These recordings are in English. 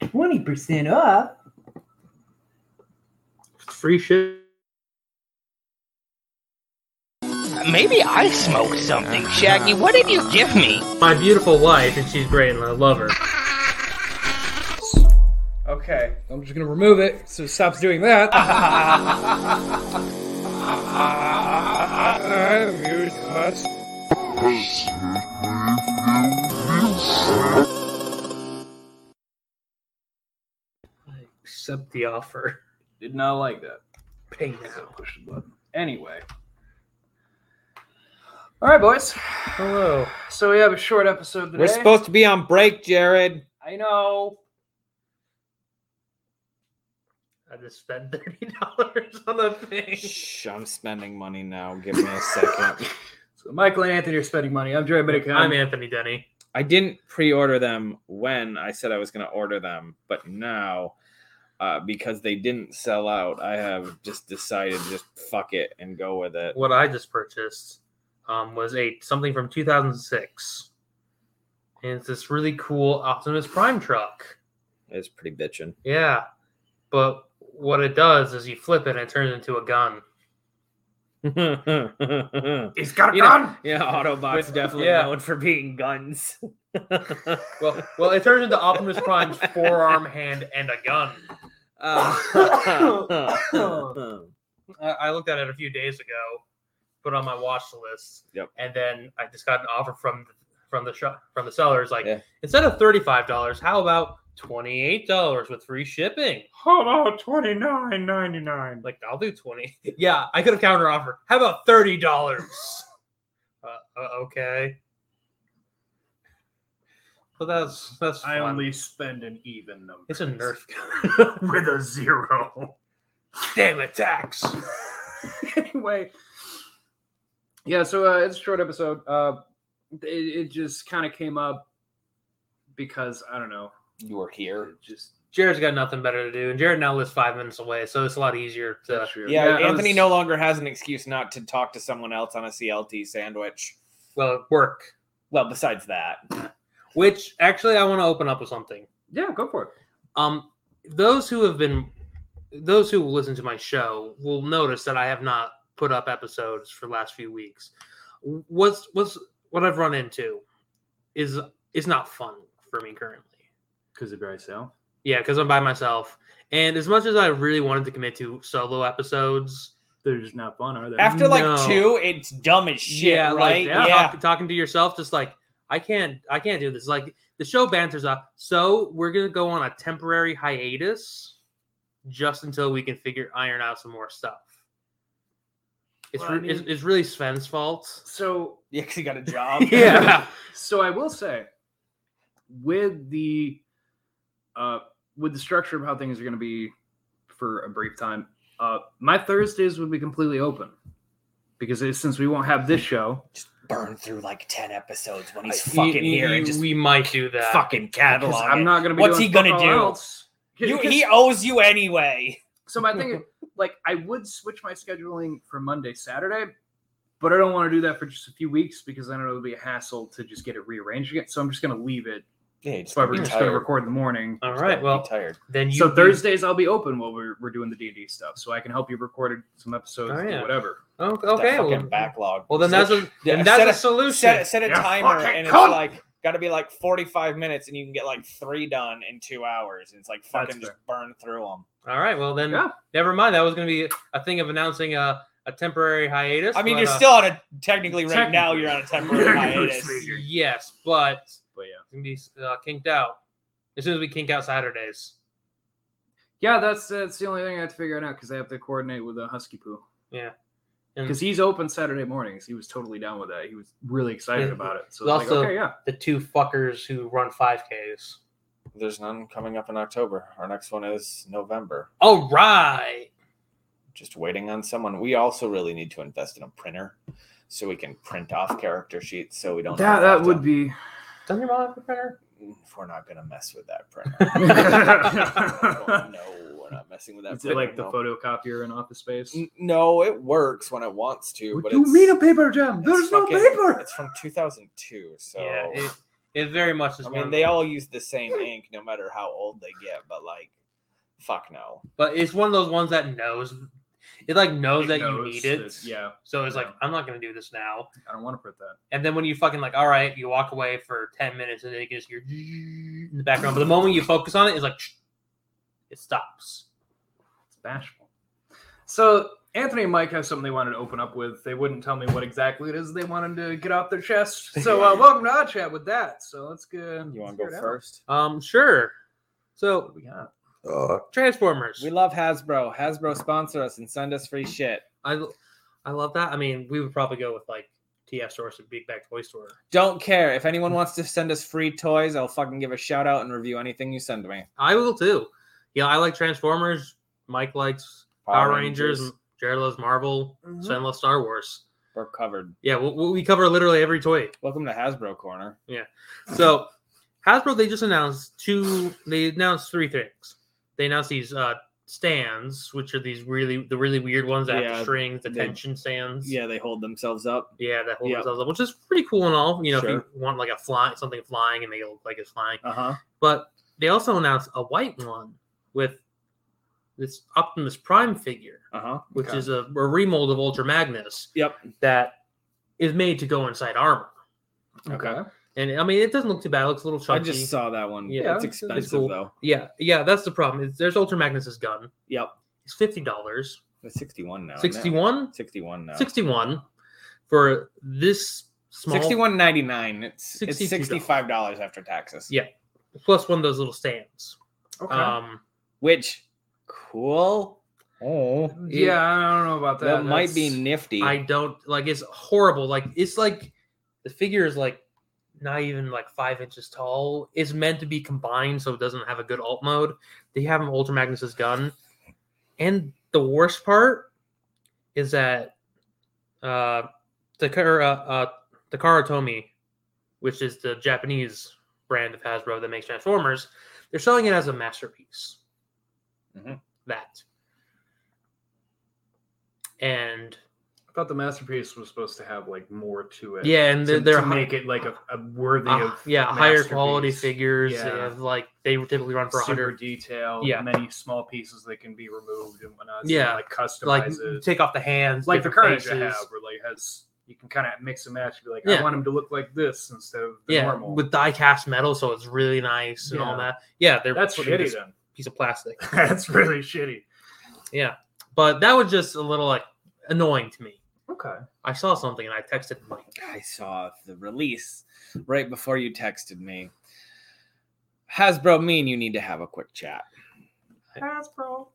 Twenty percent off. Free shit. Maybe I smoked something, Shaggy. What did you give me? My beautiful wife, and she's great, and I love her. Okay, I'm just gonna remove it so it stops doing that. I accept the offer. Did not like that. Pay now. Push the button. Anyway. All right, boys. Hello. So we have a short episode today. We're supposed to be on break, Jared. I know. I just spent thirty dollars on the thing. Shh, I'm spending money now. Give me a second. So Michael and Anthony are spending money. I'm Jared Minicom. I'm Anthony Denny. I didn't pre-order them when I said I was going to order them, but now uh, because they didn't sell out, I have just decided just fuck it and go with it. What I just purchased um, was a something from 2006, and it's this really cool Optimus Prime truck. It's pretty bitching. Yeah, but what it does is you flip it and it turns into a gun. He's got a You know- gun. yeah, Autobots With- definitely yeah. known for being guns. Well, well, it turns into Optimus Prime's forearm, hand, and a gun. Uh, I, I looked at it a few days ago, put it on my watch list. Yep. And then I just got an offer from from the shop from the sellers like Yeah. instead of thirty five dollars, how about twenty eight dollars with free shipping? How about twenty nine ninety nine? Like I'll do twenty. yeah, I could have counter offer. How about thirty dollars? uh, uh, okay. Well, that's that's I fun. only spend an even number. it's a Nerf gun. with a zero. Damn it, tax. anyway, yeah. So uh, it's a short episode. Uh, it, it just kind of came up because I don't know. you were here. It just Jared's got nothing better to do, and Jared now lives five minutes away, so it's a lot easier to. that's true. Yeah, I Anthony was- no longer has an excuse not to talk to someone else on a CLT sandwich. Well, work. Well, besides that, Which actually, I want to open up with something. Yeah, go for it. Um, those who have been, those who listen to my show will notice that I have not put up episodes for the last few weeks. What's what's what I've run into is is not fun for me currently. Because of dry sale. Yeah, because I'm by myself, and as much as I really wanted to commit to solo episodes, They're just not fun, are they? after No. like two, it's dumb as shit, yeah, Like, right? yeah. talk- talking to yourself, just like I can't, I can't do this. Like the show banters up, so we're gonna go on a temporary hiatus, just until we can figure iron out some more stuff. It's Well, I re- it's, mean- it's really Sven's fault. so Yeah, 'cause he got a job. Yeah, so I will say, with the uh, with the structure of how things are going to be for a brief time, uh, my Thursdays would be completely open because it, since we won't have this show, Just burn through like 10 episodes when You- you- you- we might do that. fucking 'cause catalog. I'm it. not going to be. What's doing he gonna fuck all do? Else. You- 'Cause- he owes you anyway. so my thing, is, like, I would switch my scheduling for Monday, Saturday. But I don't want to do that for just a few weeks because then it'll be a hassle to just get it rearranged again. So I'm just going to leave it. Yeah, So we're just going to record in the morning. All right, well tired. then you so Thursdays I'll be open while we're, we're doing the D and D stuff, so I can help you record some episodes, Oh, do yeah. whatever. Oh, Okay, okay. Well, backlog. well, then that's a Yeah, then that's set a a- solution. set, set a You timer fucking and it's cunt! like got to be like 45 minutes and you can get like 3 done in 2 hours and it's like fucking just fair. burn through them. All right, well then Yeah. never mind. That was gonna be a thing of announcing a, a temporary hiatus. I mean, but, you're uh, still on a technically right now Technically. you're on a temporary Technically hiatus. speaking. yes, but But It's gonna be uh, kinked out as soon as we kink out Saturdays. yeah, yeah, that's that's the only thing I have to figure out because I have to coordinate with uh, Husky Poo And because he's open Saturday mornings. He was totally down with that. He was really excited Yeah. about it. So Well, I was like, also- okay, yeah, the two fuckers who run 5Ks. There's none coming up in October. Our next one is November. All right. just waiting on someone. We also really need to invest in a printer so we can print off character sheets so we don't. that that would be. Doesn't your mom have a printer? If we're not gonna mess with that printer. no, we're not messing with that. Is printer, it like the no. photocopier in Office Space? Mm, N- No, it works when it wants to, What but do you it's, mean a paper jam? it's There's no fucking- paper. It's from 2002, so Yeah. It, It very much is. I one mean, of they those. all use the same ink, no matter how old they get. But like, fuck no. but it's one of those ones that knows. It like knows It Oh, that knows you need it. that- yeah, So it's like Yeah. I'm not gonna do this now. I don't want to put that. And then when you fucking like, all right, you walk away for ten minutes, and then it gets your in the background. But the moment you focus on it, it's like it stops. It's bashful. So Anthony and Mike have something they wanted to open up with. They wouldn't tell me what exactly it is they wanted to get off their chest. So uh, welcome to our chat with that. So let's go. You want let's hear to go it out. first? Um, sure. So What we got? Transformers. We love Hasbro. Hasbro sponsor us and send us free shit. I I love that. I mean, we would probably go with like TF Source and Big Bag Toy Store. Don't care if anyone wants to send us free toys. I'll fucking give a shout out and review anything you send me. I will too. Yeah, I like Transformers. Mike likes Power, Rangers. Jared loves Marvel. Mhm. Sven loves Star Wars. We're covered. Yeah, we, we cover literally every toy. Welcome to Hasbro Corner. So Hasbro, they just announced two. They announced three things. They announced these uh stands, which are these really the really weird ones that have Yeah, the strings, the they- tension stands. Yeah, they hold themselves up. Yeah, that hold Yeah. themselves up, which is pretty cool and all. You know, if Sure. you want like a fly, something flying, and make it look like it's flying. Uh huh. But they also announced a white one with this Optimus Prime figure, Uh huh. which is a, a remold of Ultra Magnus Yep. that is made to go inside armor. Okay. Okay. And I mean, it doesn't look too bad. It looks a little I chunky. just saw that one. Yeah, Yeah, it's it's- it's expensive cool. though. Yeah, yeah, that's the problem. Is there's Ultra Magnus's gun. Yep. It's fifty dollars, It's 61 now. isn't it? sixty one, 61 now. sixty one, for this small 61.99. It's it's $62. $65 after taxes. Yeah. plus one of those little stands. Okay. Uh, Um, Which cool. Oh. yeah, I don't know about that. That might be That's- nifty. I don't like it's horrible. Like it's like the figure is like not even like five inches tall. It's meant to be combined so it doesn't have a good alt mode. They have him Ultra Magnus's gun. And the worst part is that uh Takara uh Takara Tomy, which is the Japanese brand of Hasbro that makes Transformers, they're selling it as a masterpiece. Mhm. That. And I thought the masterpiece was supposed to have like more to it. Yeah, and to, they're, they're to hi- make it like a, a worthy uh, of yeah higher quality masterpiece. figures. They Yeah. have like they would typically run for a super hundred. detail. Yeah. many small pieces that can be removed and whatnot. so you Yeah, like customize Like it. take off the hands, like the different Carnage I have, faces. where like has you can kind of mix and match. Be like, Yeah. I want him to look like this instead of the Yeah, normal. with die cast metal, so it's really nice and all Yeah. that. Yeah, they're That's shooting shitty this then. piece of plastic. That's really shitty. But that was just a little like annoying to me. Okay. I saw something and I texted Mike. I saw the release right before you texted me. Hasbro, me and you need to have a quick chat. Hasbro.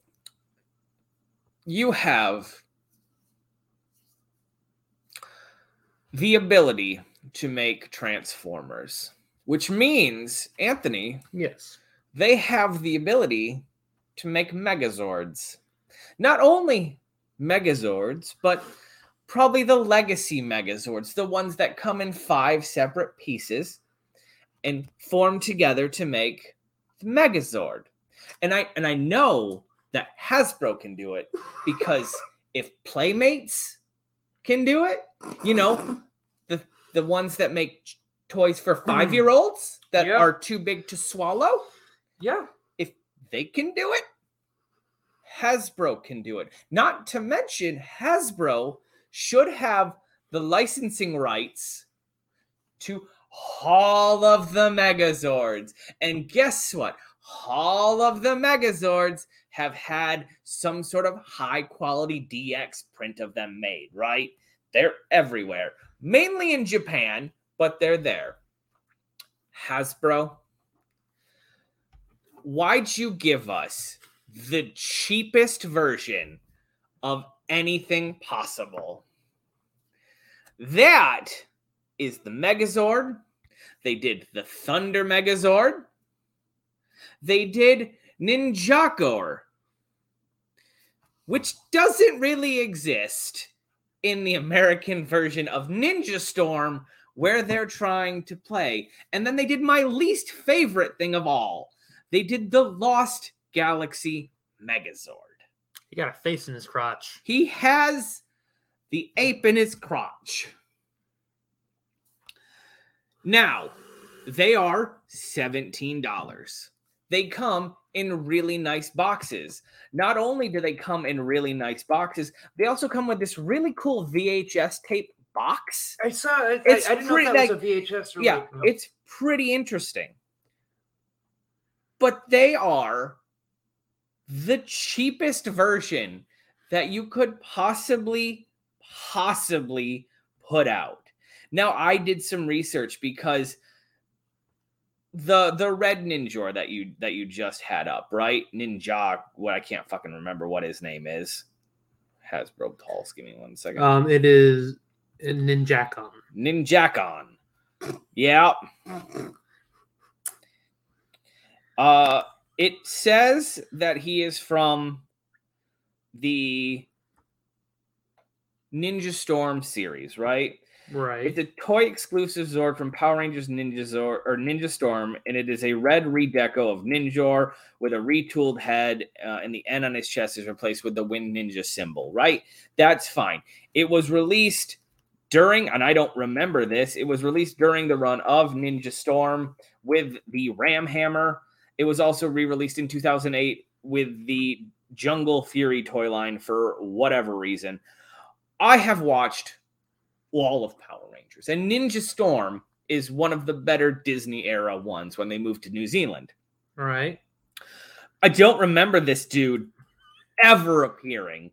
You have the ability to make Transformers, which means, Anthony, Yes. they have the ability to make Megazords. Not only Megazords, but probably the legacy Megazords, the ones that come in five separate pieces and form together to make the Megazord. And I and I know that Hasbro can do it because if Playmates can do it, you know, the the ones that make ch- toys for 5-year-olds that Hmm. Yeah. are too big to swallow, Yeah. they can do it. Hasbro can do it. Not to mention, Hasbro should have the licensing rights to all of the Megazords. And guess what? All of the Megazords have had some sort of high quality DX print of them made, right? They're everywhere, mainly in Japan, but they're there. Hasbro, why'd you give us the cheapest version of anything possible? That is the Megazord. They did the Thunder Megazord. They did Ninjakor, which doesn't really exist in the American version of Ninja Storm, where they're trying to play. And then they did my least favorite thing of all they did the Lost Galaxy Megazord. He got a face in his crotch. He has the ape in his crotch. Now, They are $17. They come in really nice boxes. Not only do they come in really nice boxes, they also come with this really cool VHS tape box. I saw. I, It's I, I didn't pretty, know if that like- was a VHS. Or yeah, like, no. it's pretty interesting. But they are the cheapest version that you could possibly, possibly put out. Now, I did some research because the the red ninja that you that you just had up, right? Ninja, what I can't fucking remember what his name is. Hasbro Pulse. Give me one second. Um, it is a Ninjacon. Ninjakon. Yeah. Uh, it says that he is from the Ninja Storm series, right? It's Right. a toy exclusive Zord from Power Rangers Ninja Zord or Ninja Storm, and it is a red redeco of Ninjor with a retooled head, uh, and the N on his chest is replaced with the Wind Ninja symbol. Right? That's fine. It was released during, and I don't remember this. It was released during the run of Ninja Storm with the Ram Hammer. It was also re-released in 2008 with the Jungle Fury toy line for whatever reason. I have watched all of Power Rangers. And Ninja Storm is one of the better Disney era ones when they moved to New Zealand. All right. I don't remember this dude ever appearing.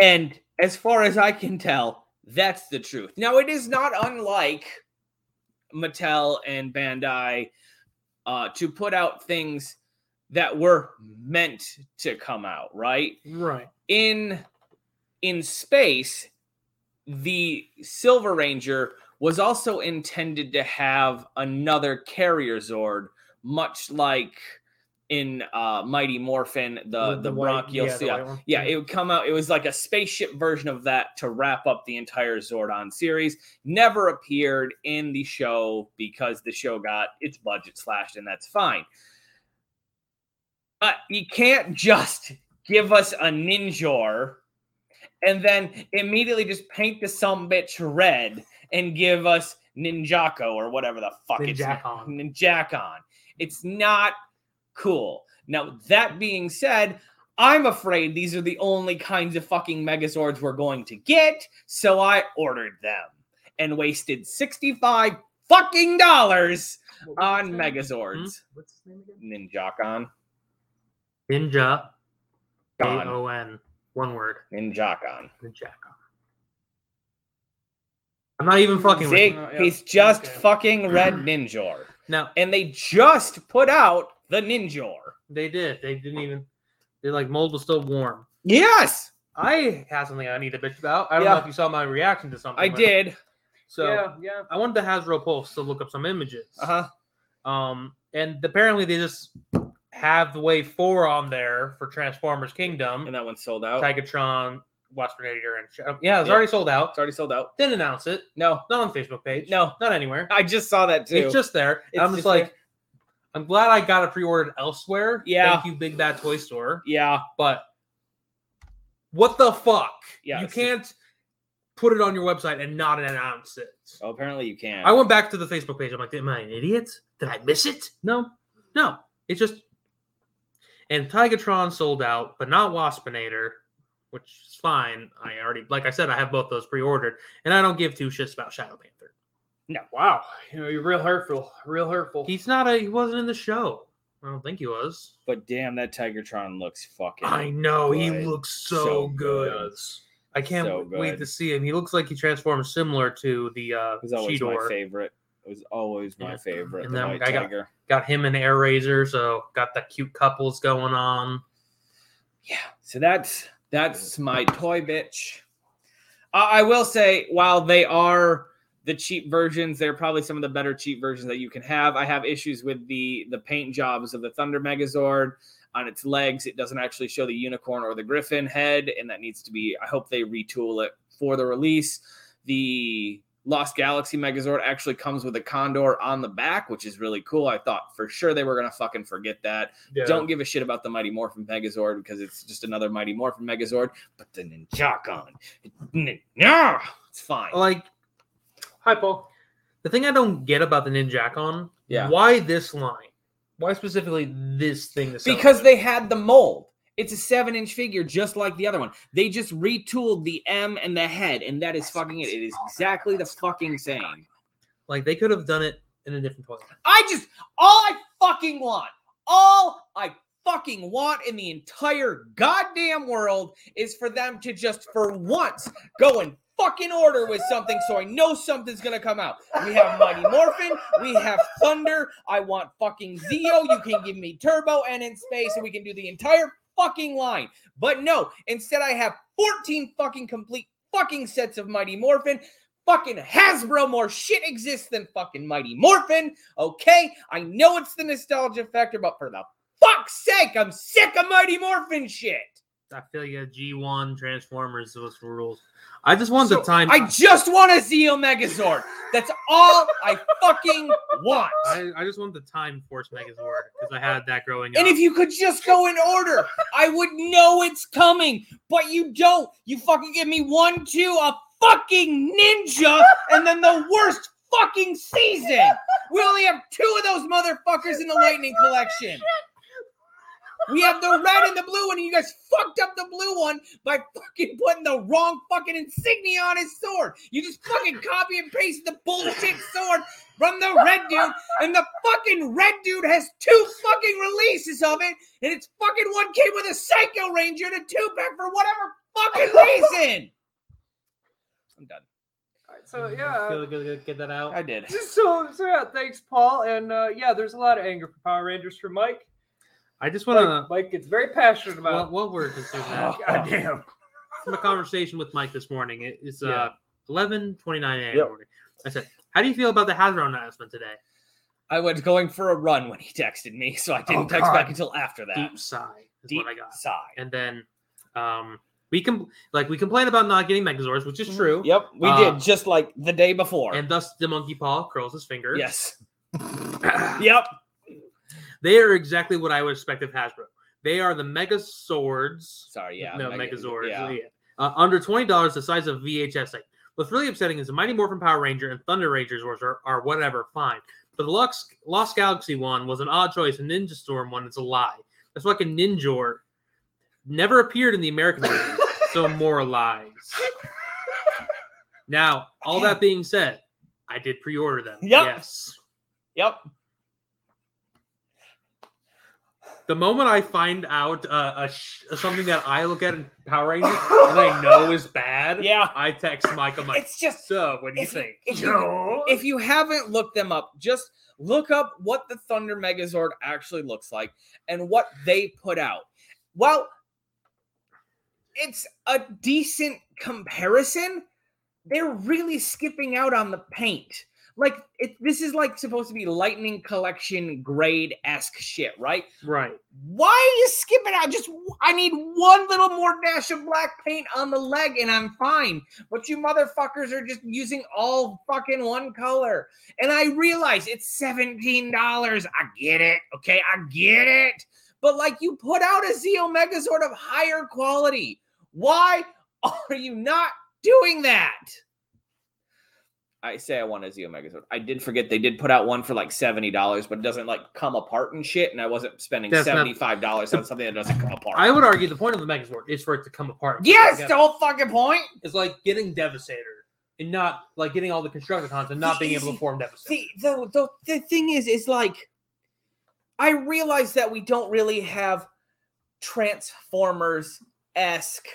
And as far as I can tell, that's the truth. Now, it is not unlike Mattel and Bandai uh, to put out things that were meant to come out, right? Right. in in space the silver ranger was also intended to have another carrier zord much like in uh mighty morphin Uh, the the, white- bronchial yeah, the yeah, white one. yeah, it would come out. It was like a spaceship version of that to wrap up the entire Zordon series. Never appeared in the show because the show got its budget slashed, and that's fine. But you can't just give us a ninjor and then immediately just paint the some bitch red and give us Ninjaco or whatever the fuck it's Ninjacon. Ninjakon. It's not cool. Now, that being said, I'm afraid these are the only kinds of fucking Megazords we're going to get, so I ordered them and wasted 65 fucking dollars on Mm-hmm. Megazords. What's his name again? Ninjakon. Ninja. A Gone. O N. One word. Ninjakon. Ninjacon. I'm not even fucking with uh, See, you. Oh, yeah. he's just Okay. fucking Red Ninjor. Now And they just put out the Ninjor. they did. They didn't even. They like mold was still warm. Yes! I have something I need to bitch about. I don't know Yeah. if you saw Oh my reaction to something. I but- did. So yeah, yeah. I wanted the Hasbro Pulse to look up some images. Uh huh. Um, and apparently they just have the Wave Four on there for Transformers Kingdom, And that one sold out. Tigatron, Wasp Predator, and Shadow. uh, yeah, it's Yeah. already sold out. It's already sold out. Didn't announce it. No, Not on the Facebook page. no. not anywhere. I just saw that too. It's just there. It's I'm just, just like, there. I'm glad I got it pre-ordered elsewhere. Yeah. thank you, Big Bad Toy Store. yeah. But what the fuck? Yeah, you it's the- can't put it on your website and not announce it. Oh, apparently you can. I went back to the Facebook page. I'm like, am I an idiot? Did I miss it? No, no. It's just and Tigatron sold out, but not Waspinator, which is fine. I already, like I said, I have both those pre-ordered, and I don't give two shits about Shadow Panther. Wow, you know, you're real hurtful, real hurtful. He's not a. He wasn't in the show. I don't think he was. But damn, that Tigertron looks fucking. I know he Right. looks so, So good. I can't So wait good. to see him. He looks like he transforms similar to the uh, It was always my Cheetor. favorite. It was always my Yeah. favorite. And the then White I got- Tiger. Got him an air razor, so got the cute couples going on. Yeah. So that's that's my toy bitch. I, I will say, while they are the cheap versions, they're probably some of the better cheap versions that you can have. I have issues with the the paint jobs of the Thunder Megazord on its legs. It doesn't actually show the unicorn or the griffin head, and that needs to be. I hope they retool it for the release. The Lost Galaxy Megazord actually comes with a condor on the back, which is really cool. I thought for sure they were gonna fucking forget that. Don't give a shit about the Mighty Morphin Megazord because it's just another Mighty Morphin Megazord. But the Ninjakon, Nin- nah, it's fine. Like Hi, Paul. the thing I don't get about the Ninjakon Yeah. Why this line? Why specifically this thing? to sell because it? they had the mold. It's a seven inch figure just like the other one. They just retooled the M and the head, and that is fucking it. It is exactly the fucking same. like they could have done it in a different way. I just, all I fucking want, all I fucking want in the entire goddamn world is for them to just for once go and fucking order with something so I know something's gonna come out. We have Mighty Morphin, we have Thunder, I want fucking Zeo, you can give me Turbo and in space, and we can do the entire fucking line. But no, instead I have 14 fucking complete fucking sets of Mighty Morphin. Fucking Hasbro more shit exists than fucking Mighty Morphin. Okay, I know it's the nostalgia factor, but for the fuck's sake, I'm sick of Mighty Morphin shit. I feel you. G one Transformers those were rules. I just want the So, time. I just want a Zeo Megazord. That's all I fucking want. I, I just want the Time Force Megazord because I had that growing up. And if you could just go in order, I would know it's coming. But you don't. You fucking give me one, two, a fucking ninja, and then the worst fucking season. We only have two of those motherfuckers in the Lightning Collection. We have the red and the blue one, and you guys fucked up the blue one by fucking putting the wrong fucking insignia on his sword. You just fucking copy and paste the bullshit sword from the red dude, and the fucking red dude has two fucking releases of it, and it's fucking one came with a Psycho Ranger and a two pack for whatever fucking reason. I'm done. So yeah, Good, good, good, get that out. I did. so so yeah. Thanks, Paul. And uh, yeah, there's a lot of anger for Power Rangers for Mike. I just want Mike, to. Mike gets very passionate What, about. what word is that? God damn. From a conversation with Mike this morning. It- It's uh, Yeah. eleven twenty nine a.m. Yep. morning. I said, "How do you feel about the Hasbro announcement today?" I was going for a run when he texted me, so I didn't Oh, text God. back until after that. Deep sigh is Deep what I got. sigh. And then, um, we can like we complain about not getting Megazords, which is true. Mm-hmm. Yep, we Uh, did just like the day before. And thus, the monkey paw curls his finger. yes. yep. They are exactly what I would expect of Hasbro. They are the Mega Swords. Sorry. Yeah. no, Mega- Megazords. Yeah. yeah. Uh, under twenty dollars, the size of VHS tape. What's really upsetting is the Mighty Morphin Power Ranger and Thunder Rangers were- are, are whatever, fine. But the Lux, Lost Galaxy one was an odd choice, and Ninja Storm one is a lie. That's like a Ninjor never appeared in the American version, so more lies. Now, all that being said, I did pre-order them. Yep. Yes. Yep. The moment I find out uh, a sh- something that I look at in Power Rangers and I know is bad, Yeah. I text Mike. I'm like, It's just so what do you if you- think? if you- if you haven't looked them up, just look up what the Thunder Megazord actually looks like and what they put out. Well, it's a decent comparison. They're really skipping out on the paint. Like it, this is like supposed to be lightning collection grade esque shit, right? right. Why are you skipping out? Just I need one little more dash of black paint on the leg and I'm fine. But you motherfuckers are just using all fucking one color. And I realize it's $17. I get it. Okay, I get it. But like you put out a Zeo Megazord of higher quality. Why are you not doing that? I say I want a Zeo Megazord. I did forget they did put out one for like seventy dollars, but it doesn't like come apart and shit. And I wasn't spending That's not- seventy five dollars on something that doesn't come apart. I would argue the point of the Megazord is for it to come apart. yes, Like, the whole fucking point. it's like getting Devastator and not like getting all the Constructicons and not being able to form Devastator. See, the, the the thing is, is like, I realize that we don't really have Transformers esque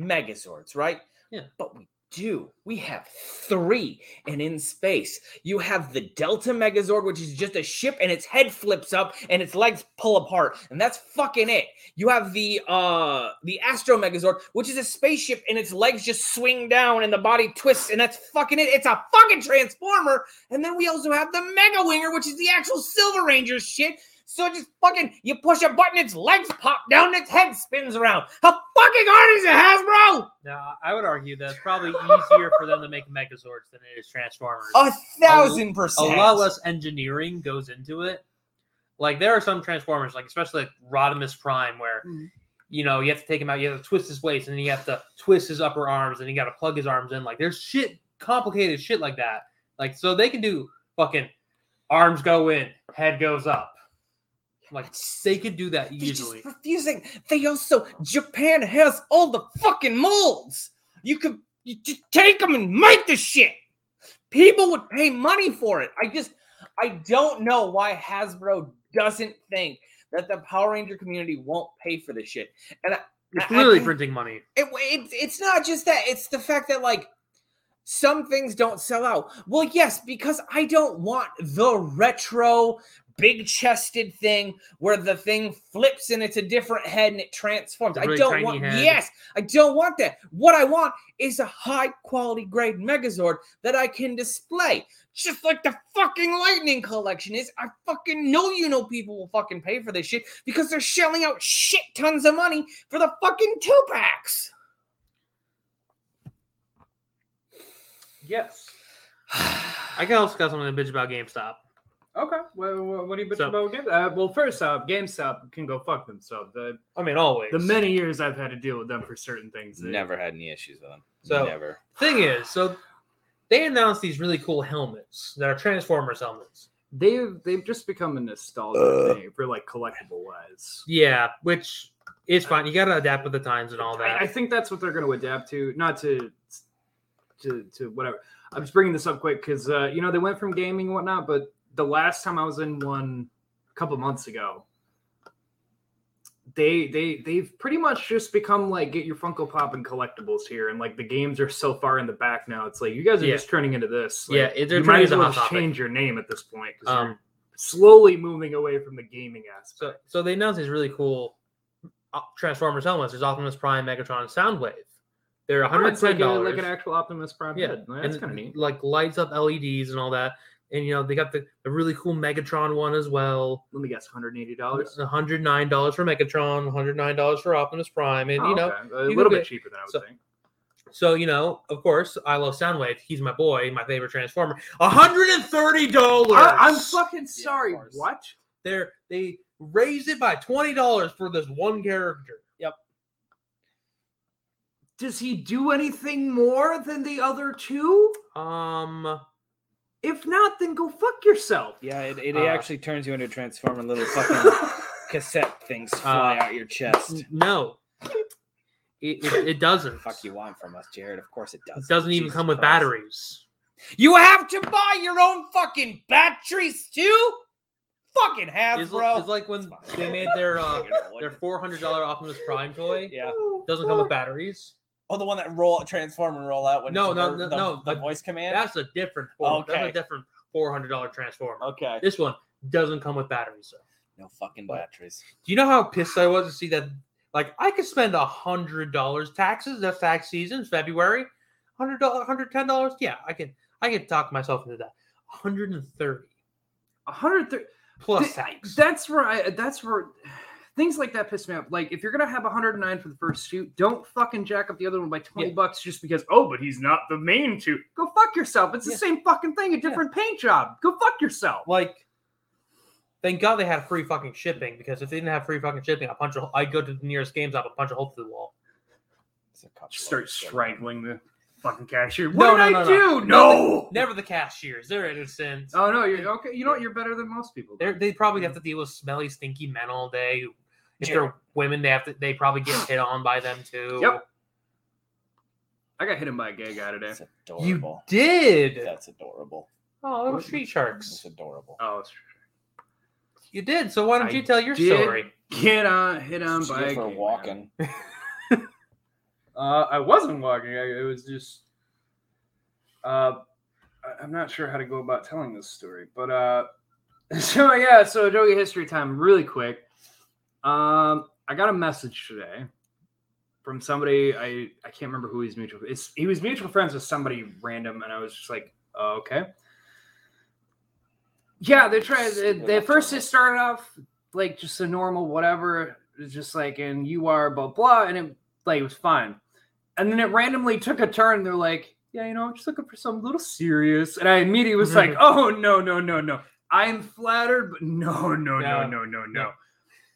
Megazords, right? Yeah. But we do. We have three, and in space, you have the Delta Megazord, which is just a ship, and its head flips up, and its legs pull apart, and that's fucking it. You have the uh the Astro Megazord, which is a spaceship, and its legs just swing down, and the body twists, and that's fucking it. It's a fucking transformer, and then we also have the Mega Winger, which is the actual Silver Ranger shit. So just fucking, you push a button, its legs pop down, and its head spins around. How fucking hard is it, Hasbro? Now, I would argue that it's probably easier for them to make Megazords than it is Transformers. A thousand percent. a lot less engineering goes into it. Like there are some Transformers, like especially like Rodimus Prime, where Mhm. you know you have to take him out, you have to twist his waist, and then you have to twist his upper arms, and you got to plug his arms in. Like there's shit, complicated shit like that. Like so they can do fucking arms go in, head goes up. Like That's- they could do that They're just easily. refusing. They also Japan has all the fucking molds. You could you just take them and make the shit. People would pay money for it. I just I don't know why Hasbro doesn't think that the Power Ranger community won't pay for this shit. It's I- I literally think- printing money. It, it it's not just that. It's the fact that like some things don't sell out. Well, yes, because I don't want the retro big chested thing where the thing flips and it's a different head and it transforms. The I really don't tiny want head. yes, I don't want that. What I want is a high quality grade megazord that I can display. Just like the fucking lightning collection is. I fucking know you know people will fucking pay for this shit because they're shelling out shit tons of money for the fucking two packs. Yes. I can also got something to bitch about GameStop. Okay. Well, well, what do you bitch So- about Game? Uh, well, first off, GameStop can go fuck themselves. Uh, The, I mean, always. the many years I've had to deal with them for certain things. they- had any issues with them. So- never. thing is, so they announced these really cool helmets that are Transformers helmets. They've they've just become a nostalgia thing for like collectible wise. Yeah, which is fine. You got to adapt with the times and all that. Uh, I, I think that's what they're going to adapt to. Not to to to whatever. I'm just bringing this up quick because uh, you know they went from gaming and whatnot, but the last time I was in one a couple months ago, they they they've pretty much just become like get your Funko Pop and collectibles here, and like the games are so far in the back now. It's like you guys are Yeah. just turning into this. Like, yeah, it- they're you trying might to as use a well hot just topic. change your name at this point because Um, you're slowly moving away from the gaming aspect. So, so they announced these really cool uh, Transformers helmets. There's Optimus Prime, Megatron, and Soundwave. They're Oh, it's like, $110. a- like an actual Optimus Prime Yeah, head. That's and, kind of neat. Like lights up LEDs and all that. And you know they got the, the really cool Megatron one as well. Let me guess, hundred eighty dollars. One hundred nine dollars for Megatron, one hundred nine dollars for Optimus Prime, and you know, Oh, a can little get- bit cheaper than I would so- think. so you know, of course, I love Soundwave. He's my boy, my favorite Transformer. One hundred and thirty dollars. I, am fucking sorry. course. what? They're they raised it by twenty dollars for this one character. Does he do anything more than the other two? Um, If not, then go fuck yourself. Yeah, it, it Uh, actually turns you into a transformer. and Little fucking cassette things fly Uh, out your chest. N- No, it, it, it doesn't. Fuck you want from us, Jared? Of course it does. It doesn't even come with batteries. You have to buy your own fucking batteries too. Fucking It's, li- Hasbro. it's like when It's fine. they made their uh, their They're- four hundred dollar Optimus Prime toy. yeah. Doesn't come with batteries. Oh, the one that roll transform and roll out when No, it's no, the- no, the, no, the but voice command. That's a different. Four, That's Okay. a different four hundred dollar transformer. okay. This one doesn't come with batteries. Though. No fucking What? batteries. Do you know how pissed I was to see that? Like, I could spend a hundred dollars taxes. That's tax season, February. Hundred dollars, hundred ten dollars. Yeah, I can, I can talk myself into that. Hundred and thirty hundred thirty. plus Th- tax. That's where I. That's where things like that piss me off. Like if you're gonna have hundred and nine for the first two, don't fucking jack up the other one by twenty Yeah. bucks just because. Oh, but he's not the main two. Go fuck yourself. It's Yeah. the same fucking thing. A different paint job. Go fuck yourself. like, thank God they had free fucking shipping because if they didn't have free fucking shipping, I punch. A, I go to the nearest GameStop and punch a hole through the wall. It's a couple Just Start of- strangling the fucking cashier. Oh, No, What no, did no, I no. No, do? No. Never the cashiers. They're innocent. Oh Mm. no, you're okay. You know what? You're better than most people. They're, they probably have to deal with smelly, stinky men all day. If Yeah. they're women, they have to. They probably get hit on by them too. Yep. I got hit by a gay guy today. It's adorable. Did That's adorable. Oh, little street It's sharks. adorable. Oh, it's- You did. So why don't I you tell your did. story? get on, hit on Just by a for gay man. walking. Uh, I wasn't walking. I, it was just. Uh, I- I'm not sure how to go about telling this story, but uh, so yeah, so Adobe history time, really quick. Um, I got a message today from somebody. I I can't remember who he's mutual. It's, he was mutual friends with somebody random, and I was just like, oh, okay. Yeah, they tried. They, they first it started off like just a normal whatever. It's just like, and you are blah blah, and it like it was fine. And then it randomly took a turn. They're like, yeah, you know, I'm just looking for something a little serious. And I immediately was like, oh no no no no. I'm flattered, but no no no No. no no no. No.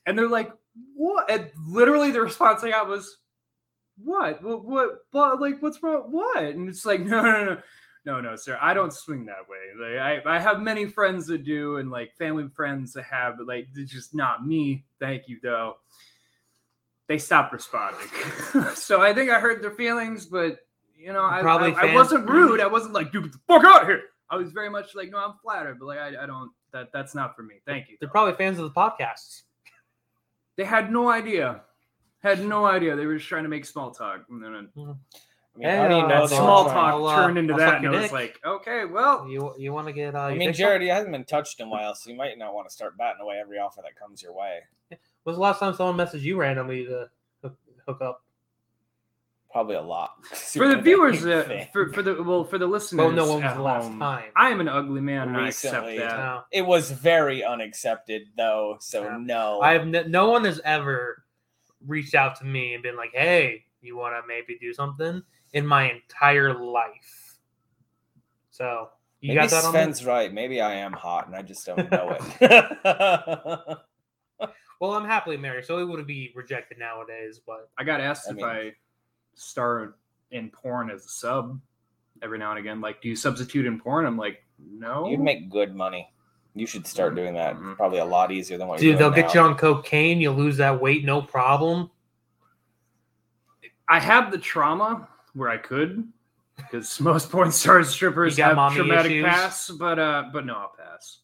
And they're like, what? And literally, the response I got was, what? What? What? what like, what's wrong? What? And it's like, no no no. no, no, sir. I don't swing that way. Like, I, I have many friends that do, and like family friends that have, but like it's just not me. Thank you, though. They stopped responding, so I think I hurt their feelings. But you know, I, Probably I, I fan- wasn't rude. I wasn't like, dude, get the fuck out of here. I was very much like, no, I'm flattered, but like, I, I don't. That that's not for me. Thank you. They're though." probably fans of the podcasts. They had no idea. Had no idea. They were just trying to make small talk, and then I mean, how do you Yeah, know that's they small weren't- talk I'll, uh, turned into I'll that, suck and your I was dick. like, okay, well, You you want to get? Uh, I your mean, dick Jared, he hasn't been touched in a while, so you might not want to start batting away every offer that comes your way. sucked? When's the last time someone messaged you randomly to hook- hook up? Probably a lot. for the viewers, uh, Thing. for, for the well, for the listeners. uh, Well, no, when was at the last home, time? I am an ugly man, and Recently. uh, I accept that. No. it was very unaccepted, though. So Yeah. no, I have ne- no one has ever reached out to me and been like, "Hey, you want to maybe do something?" In my entire life. So you Maybe got that on there? Sven's right. Maybe I am hot, and I just don't know it. Well, I'm happily married, so it would be rejected nowadays. But I got asked I if mean- I star in porn as a sub every now and again. Like, do you substitute in porn? I'm like, no. You'd make good money. You should start doing that. Mhm. Probably a lot easier than what you're Mm-hmm. dude, they'll doing get you now. on cocaine. You'll lose that weight, no problem. I have the trauma where I could, because most porn stars strippers You got have mommy traumatic issues? pasts, but uh, but no, I'll pass.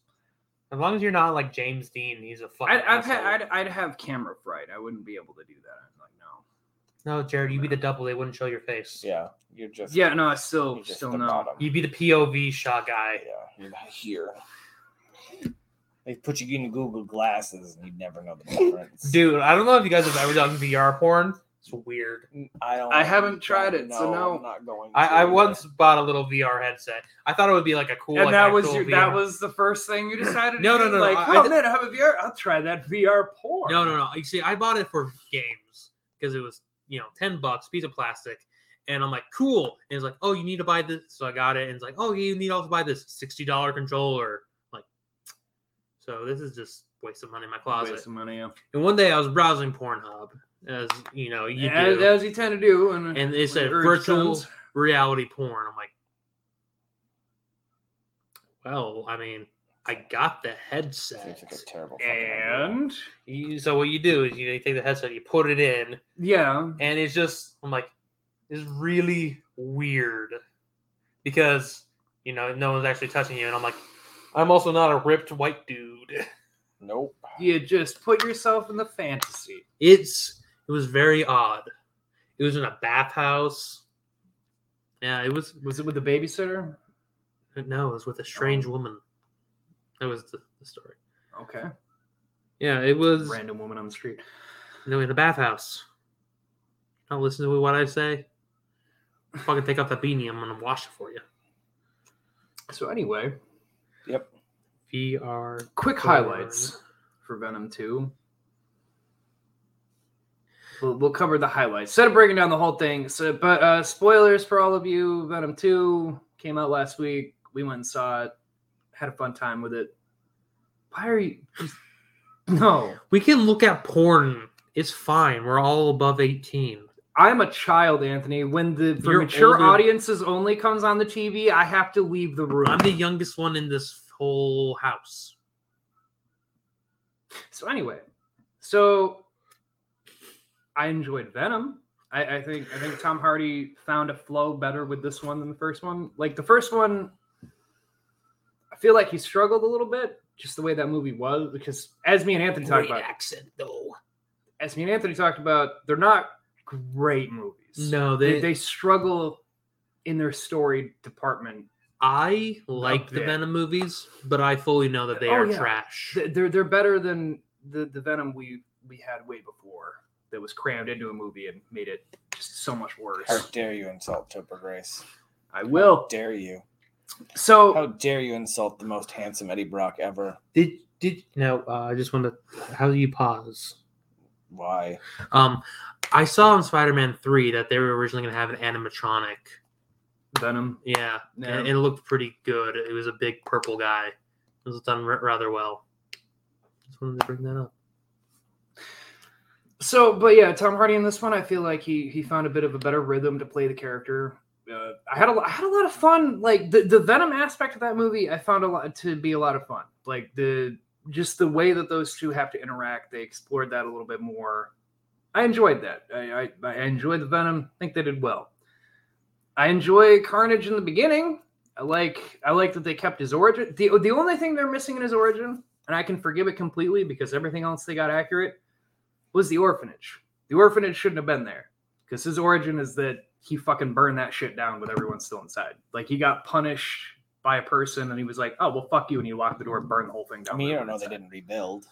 As long as you're not like James Dean, he's a fucking. I'd, I've had, asshole. I'd, I'd have camera fright. I wouldn't be able to do that. I'm like, no. no, Jared, you'd be the double. They wouldn't show your face. Yeah, you're just Yeah, no, I still you're just still the no. bottom. You'd be the POV shot guy. Yeah, you're not here. They put you in Google glasses, and you'd never know the difference. Dude, I don't know if you guys have ever done VR porn. It's weird. I don't. I haven't tried it, so no. I'm not going. I, I to. once bought a little VR headset. I thought it would be like a cool. And like, that was actual your, VR. that was the first thing you decided. No, to no, do? no, Like, I- oh I- man, I have a VR. I'll try that VR porn. no, no, no. You see, I bought it for games because it was you know ten bucks piece of plastic, and I'm like cool. And it's like, oh, you need to buy this, so I got it. And it's like, oh, you need also buy this sixty dollar controller. I'm like, so this is just waste of money in my closet. Waste of money. Yeah. And one day I was browsing Pornhub, as you know, you as, do, as you tend to do, and, and it said urge virtual comes. reality porn. I'm like, well, I mean, I got the Seems like headset. a terrible. fucking idea. and You- so what you do is you take the headset, you put it in, yeah, and it's just I'm like, it's really weird because you know no one's actually touching you, and I'm like, I'm also not a ripped white dude. nope. you just put yourself in the fantasy. It's it was very odd. It was in a bathhouse. Yeah, it was Was it with the babysitter? no, it was with a strange woman. That was the, the story. Okay, Yeah, it was random woman on the street. no in the bathhouse. Don't listen to what I say. Fucking take off that beanie. I'm gonna wash it for you. So anyway, Yep. VR. quick Porn. highlights for Venom Two. We'll, we'll cover the highlights instead of breaking down the whole thing. So, but uh, spoilers for all of you. Venom Two came out last week. We went and saw it. Had a fun time with it. Why are you? No, We can look at porn. It's fine. We're all above 18. I'm a child, Anthony. When the for You're mature older- audiences only comes on the TV, I have to leave the room. I'm the youngest one in this whole house. So anyway, so I enjoyed Venom. I, I think I think Tom Hardy found a flow better with this one than the first one. Like the first one, I feel like he struggled a little bit, just the way that movie was. Because as me and Anthony talked Great about, accent, though. as me and Anthony talked about, they're not great movies. No, they they, they struggle in their story department. I like the bit. Venom movies, but I fully know that they Oh, are yeah. trash. They- They're they're better than the the Venom we we had way before that was crammed into a movie and made it just so much worse. How dare you insult Topher Grace? I How will. dare you? How So dare you insult the most handsome Eddie Brock ever? did did no? Uh, I just want to. How do you pause? Why? Um, I saw on Spider-Man three that they were originally going to have an animatronic. Venom. Yeah, No. And, and it looked pretty good. It was a big purple guy. It was done ra- rather well. Just wanted to bring that up. So, but yeah, Tom Hardy in this one, I feel like he he found a bit of a better rhythm to play the character. uh, I had a, I had a lot of fun. Like the, the Venom aspect of that movie, I found a lot to be a lot of fun. Like the just the way that those two have to interact, they explored that a little bit more. I enjoyed that. I, I, I enjoyed the Venom. I think they did well. I enjoy Carnage in the beginning. I like I like that they kept his origin. The the only thing they're missing in his origin, and I can forgive it completely because everything else they got accurate, was the orphanage. The orphanage shouldn't have been there because his origin is that he fucking burned that shit down with everyone still inside. Like he got punished by a person and he was like, "Oh well, fuck you," and he locked the door and burned the whole thing down. I mean, with you don't know everyone inside. they didn't rebuild.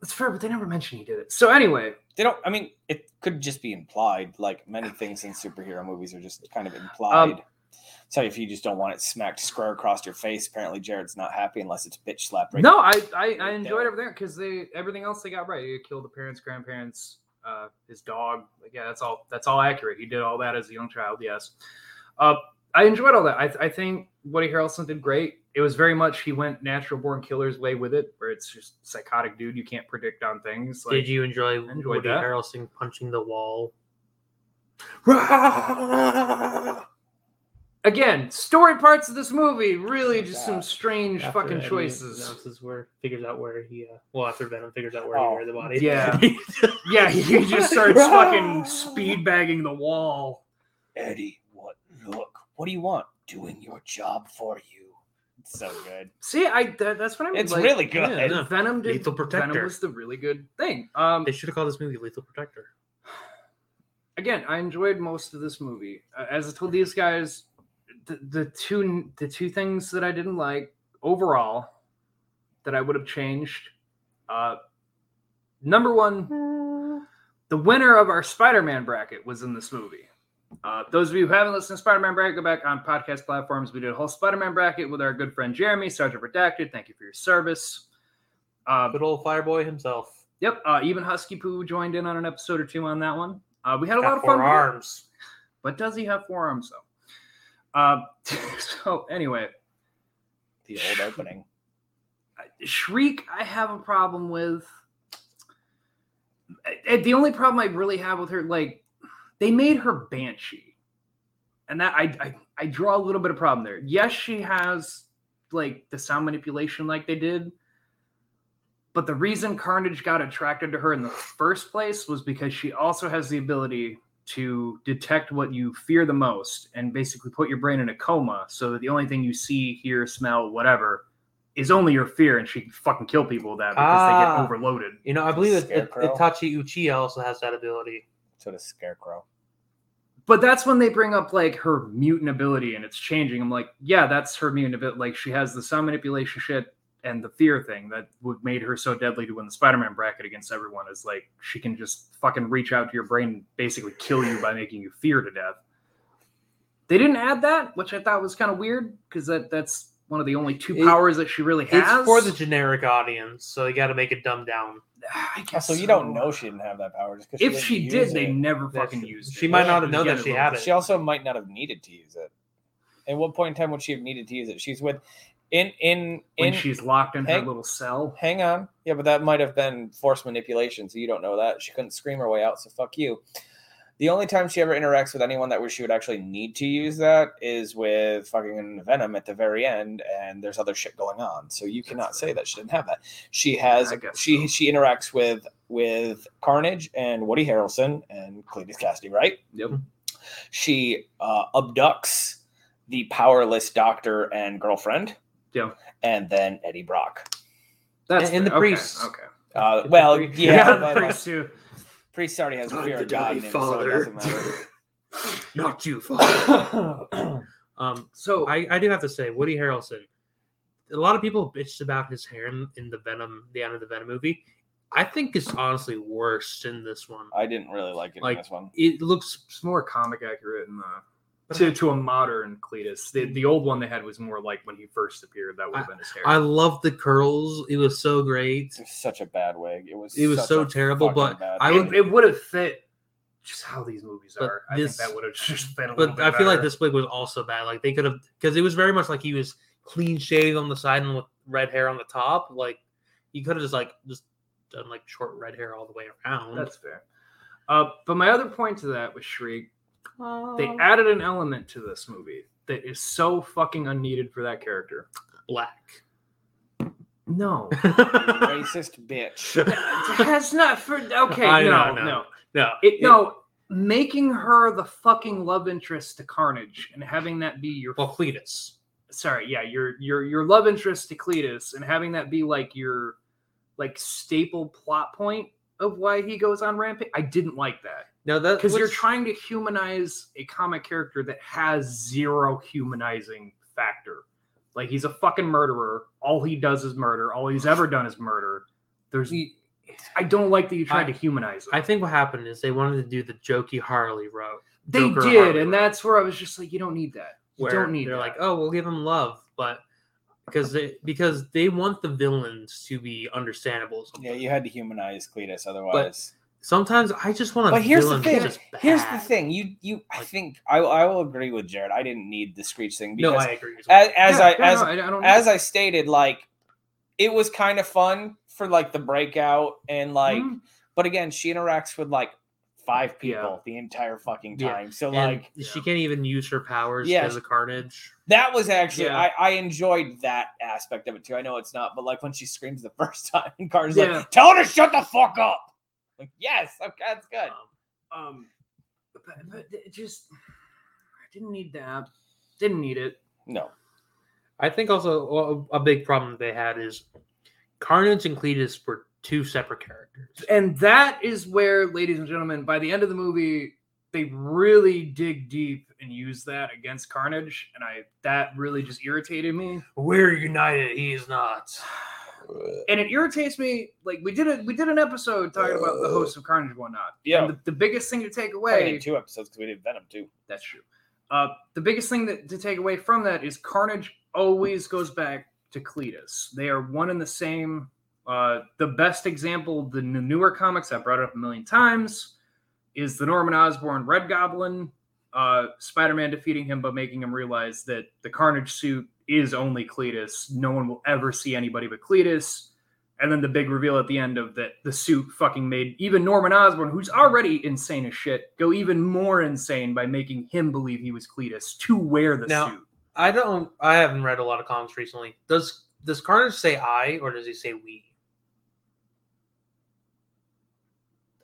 That's fair, but they never mentioned he did it. So anyway, They don't. I mean, it could just be implied. Like many things in superhero movies are just kind of Um, implied. so if you just don't want it smacked square across your face, apparently Jared's not happy unless it's bitch slap. Right. no, I I, I Right enjoyed there. everything because they everything else they got right. He killed the parents, grandparents, uh, his dog. Like, yeah, that's all. That's all accurate. He did all that as a young child. Yes, uh, I enjoyed all that. I, I think Woody Harrelson did great. It was very much he went natural born killer's way with it, where it's just psychotic dude you can't predict on things. Like, Did you enjoy enjoyed Woody that. Harrelson punching the wall? again, story parts of this movie really Oh, just God. some strange After fucking Eddie choices. announces where figures out where he uh, well after Venom figures out where Oh, he buried the body. yeah. Yeah, he just starts fucking speed bagging the wall. Eddie, what? Look, what do you want? Doing your job for you. It's so good. See, I that, that's what I mean. It's like, really good. yeah, no. Venom did Lethal Protector. Venom was the really good thing. Um, they should have called this movie Lethal Protector. again, I enjoyed most of this movie. Uh, As I told these guys, the, the two the two things that I didn't like overall that I would have changed. Uh, number one, the winner of our Spider-Man bracket was in this movie. Uh, those of you who haven't listened to Spider-Man bracket, go back on podcast platforms. We did a whole Spider-Man bracket with our good friend Jeremy Sergeant Redacted. Thank you for your service. Uh, Good old Fireboy himself. Yep. Uh, even Husky Poo joined in on an episode or two on that one. Uh, we had a lot Got of four fun. with it. arms. But does he have four arms though? Uh, so anyway, The old opening. Shriek, I have a problem with. I- I- the only problem I really have with her, like, they made her banshee, and that I I, I draw a little bit of problem there. Yes, she has like the sound manipulation, like they did. But the reason Carnage got attracted to her in the first place was because she also has the ability to detect what you fear the most and basically put your brain in a coma so that the only thing you see, hear, smell, whatever is only your fear, and she can fucking kill people with that because they Ah. get overloaded. You know, I believe that that Scarecrow. Itachi Uchiha also has that ability. So does Scarecrow. But that's when they bring up like her mutant ability and it's changing. I'm like, yeah, that's her mutant ability. Like she has the sound manipulation shit and the fear thing that would made her so deadly to win the Spider-Man bracket against everyone is like she can just fucking reach out to your brain and basically kill you by making you fear to death. They didn't add that, which I thought was kind of weird because that that's one of the only two It- powers that she really has. It's for the generic audience, so they got to make it dumb down. I guess So you don't know she didn't have that power just because if she did, they never That's- fucking used it. she might not have Again, known that it she was- had it. She also might not have needed to use it. At what point in time would she have needed to use it? She's with in in when in. she's locked in her Hank- little cell. hang on, yeah, but that might have been forced manipulation. So you don't know that she couldn't scream her way out. So fuck you. The only time she ever interacts with anyone that where she would actually need to use that is with fucking Venom at the very end, and there's other shit going on. So you cannot say that she didn't have that. She has I guess she so. she interacts with with Carnage and Woody Harrelson and Cletus Cassidy, right? Yep. she uh, abducts the powerless doctor and girlfriend. Yeah. and then Eddie Brock. That's And- and the fair. Okay, priests. Okay. Uh, the well, priest- yeah, Yeah, but, uh, the like, priest too. priest already has a I'm fear the of God. Daddy in him, so it Father. doesn't matter. Not you, father. um, So I, I do have to say, Woody Harrelson. A lot of people bitched about his hair in, in the Venom, the end of the Venom movie. I think it's honestly worse in this one. I didn't really like it Like- in this one. It looks it's more comic accurate in the to, to a modern Cletus. The the old one they had was more like when he first appeared. That would have been his hair. I love the curls. It was so great. It was such a bad wig. It was. It was such so a terrible, fucking but bad I wig. would- it it would have fit just how these movies But are. I this- think that would have just been a little But bit I feel like better. this wig was also bad. Like they could have because it was very much like he was clean shaved on the side and with red hair on the top. Like you could have just like just done like short red hair all the way around. That's fair. Uh, but my other point to that was Shriek. They added an element to this movie that is so fucking unneeded for that character. black. No. Racist bitch. That's not for okay. I no, know, no. no. no, It no making her the fucking love interest to Carnage and having that be your Well, Cletus. sorry, yeah, your your your love interest to Cletus and having that be like your like staple plot point of why he goes on rampage. I didn't like that. No, that Because you're what's- trying to humanize a comic character that has zero humanizing factor. Like he's a fucking murderer. All he does is murder. All he's ever done is murder. There's I don't like that you tried I- to humanize it. I think what happened is they wanted to do the jokey Harley route. they Joker did, Harley and route. that's where I was just like, you don't need that. You where don't need they're that. like, oh, we'll give him love, but because they because they want the villains to be understandable. yeah, you had to humanize Cletus otherwise. Sometimes I just want to. But here's the villain thing. Who's just bad. Here's the thing. You you I Like- think I I will agree with Jared. I didn't need the screech thing because No, I agree. as well. as, as Yeah, I yeah, as no, I, I don't as I stated, like it was kind of fun for like the breakout and like, Mhm. but again, she interacts with like five Yeah. people the entire fucking Yeah. time. So And like she can't even use her powers Yeah. as a carnage. that was actually Yeah. I, I enjoyed that aspect of it too. I know it's not, but like when she screams the first time and Carter's Yeah. like, tell her to shut the fuck up. Like, yes, okay, that's good. um, but, but it just I didn't need that. Didn't need it. No. I think also well, a big problem they had is Carnage and Cletus were two separate characters. And that is where, ladies and gentlemen, by the end of the movie, they really dig deep and use that against Carnage, and I that really just irritated me. We're united. He is not. And it irritates me. Like we did a we did an episode talking about the hosts of Carnage and whatnot. Yeah. And the, the biggest thing to take I away did two episodes because we did Venom too. That's true. Uh, the biggest thing that to take away from that is Carnage always goes back to Cletus. They are one and the same. Uh, the best example, the n- newer comics I brought it up a million times, is the Norman Osborn Red Goblin. Uh, Spider-Man defeating him, but making him realize that the Carnage suit is only Cletus. No one will ever see anybody but Cletus. And then the big reveal at the end of that the suit fucking made even Norman Osborn, who's already insane as shit, go even more insane by making him believe he was Cletus to wear the Now- suit. I don't. I haven't read a lot of comics recently. Does does Carnage say I or does he say we?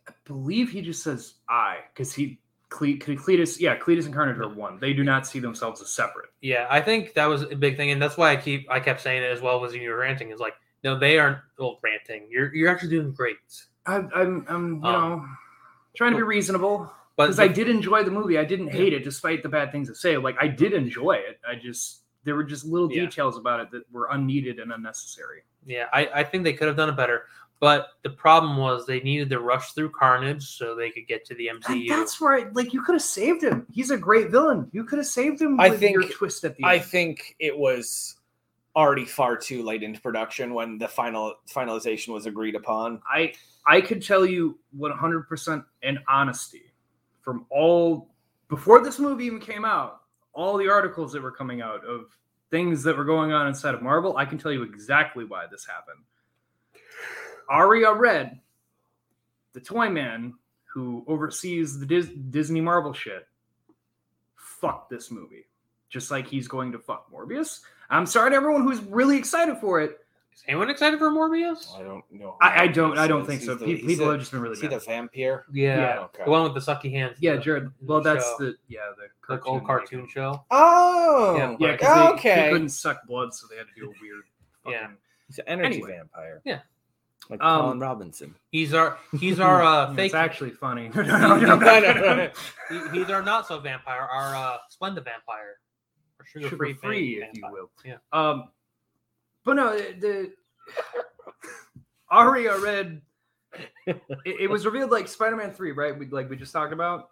I believe he just says I because he Cle- Cletus, yeah, Cletus and Carnage are one. They do not see themselves as separate. Yeah, I think that was a big thing, and that's why I keep I kept saying it as well as you were ranting. Is like, no, they aren't. Well, ranting. You're you're actually doing great. I, I'm, I'm, you Um, know, trying to be reasonable. But because I did enjoy the movie. I didn't hate it, despite the bad things to say. Like I did enjoy it. I just there were just little Yeah. details about it that were unneeded and unnecessary. yeah, I, I think they could have done it better. But the problem was they needed to rush through Carnage so they could get to the MCU. that's where I, like you could have saved him. He's a great villain. You could have saved him. I with think- your twist at the I end. think it was already far too late into production when the final finalization was agreed upon. I I could tell you 100% in honesty from all before this movie even came out, all the articles that were coming out of things that were going on inside of Marvel, I can tell you exactly why this happened. Aria Red, the toy man who oversees the Dis- Disney Marvel shit, fucked this movie. Just like he's going to fuck Morbius. I'm sorry to everyone who's really excited for it. Is anyone excited for Morbius? I don't know. I, I don't. I don't think so. Pe- People have just been really. See mad. the vampire? Yeah, Yeah. Okay. the one with the sucky hands. Yeah, the- Jared. the Well, that's show. the yeah the the cartoon old cartoon show. Oh, Yeah, Yeah, because they, they okay. couldn't suck blood, so they had to do a weird. Fucking, Yeah. He's an energy Anyway. vampire. Yeah. Like Um, Colin Robinson. He's our he's our uh, It's fake. actually funny. he- he's our not so vampire. Our uh, Splenda vampire, or sugar, Sugar free, free, if you vampire. will. Yeah. Um, but no, the- the Aria Red. it, it was revealed like Spider-Man Three, right? We like we just talked about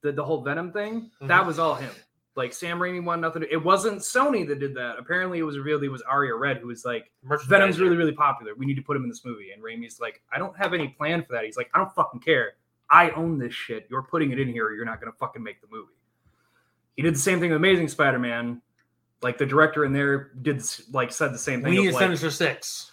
the the whole Venom thing. That Mhm. was all him. Like Sam Raimi won nothing. to- it wasn't Sony that did that. Apparently, it was revealed it was Aria Red who was like. Venom's Merchandiser. really, really popular. We need to put him in this movie. And Raimi's like, I don't have any plan for that. He's like, I don't fucking care. I own this shit. You're putting it in here. Or you're not going to fucking make the movie. He did the same thing with Amazing Spider Man. Like the director in there did s- like said the same thing. We of, need a like, Sinister Six.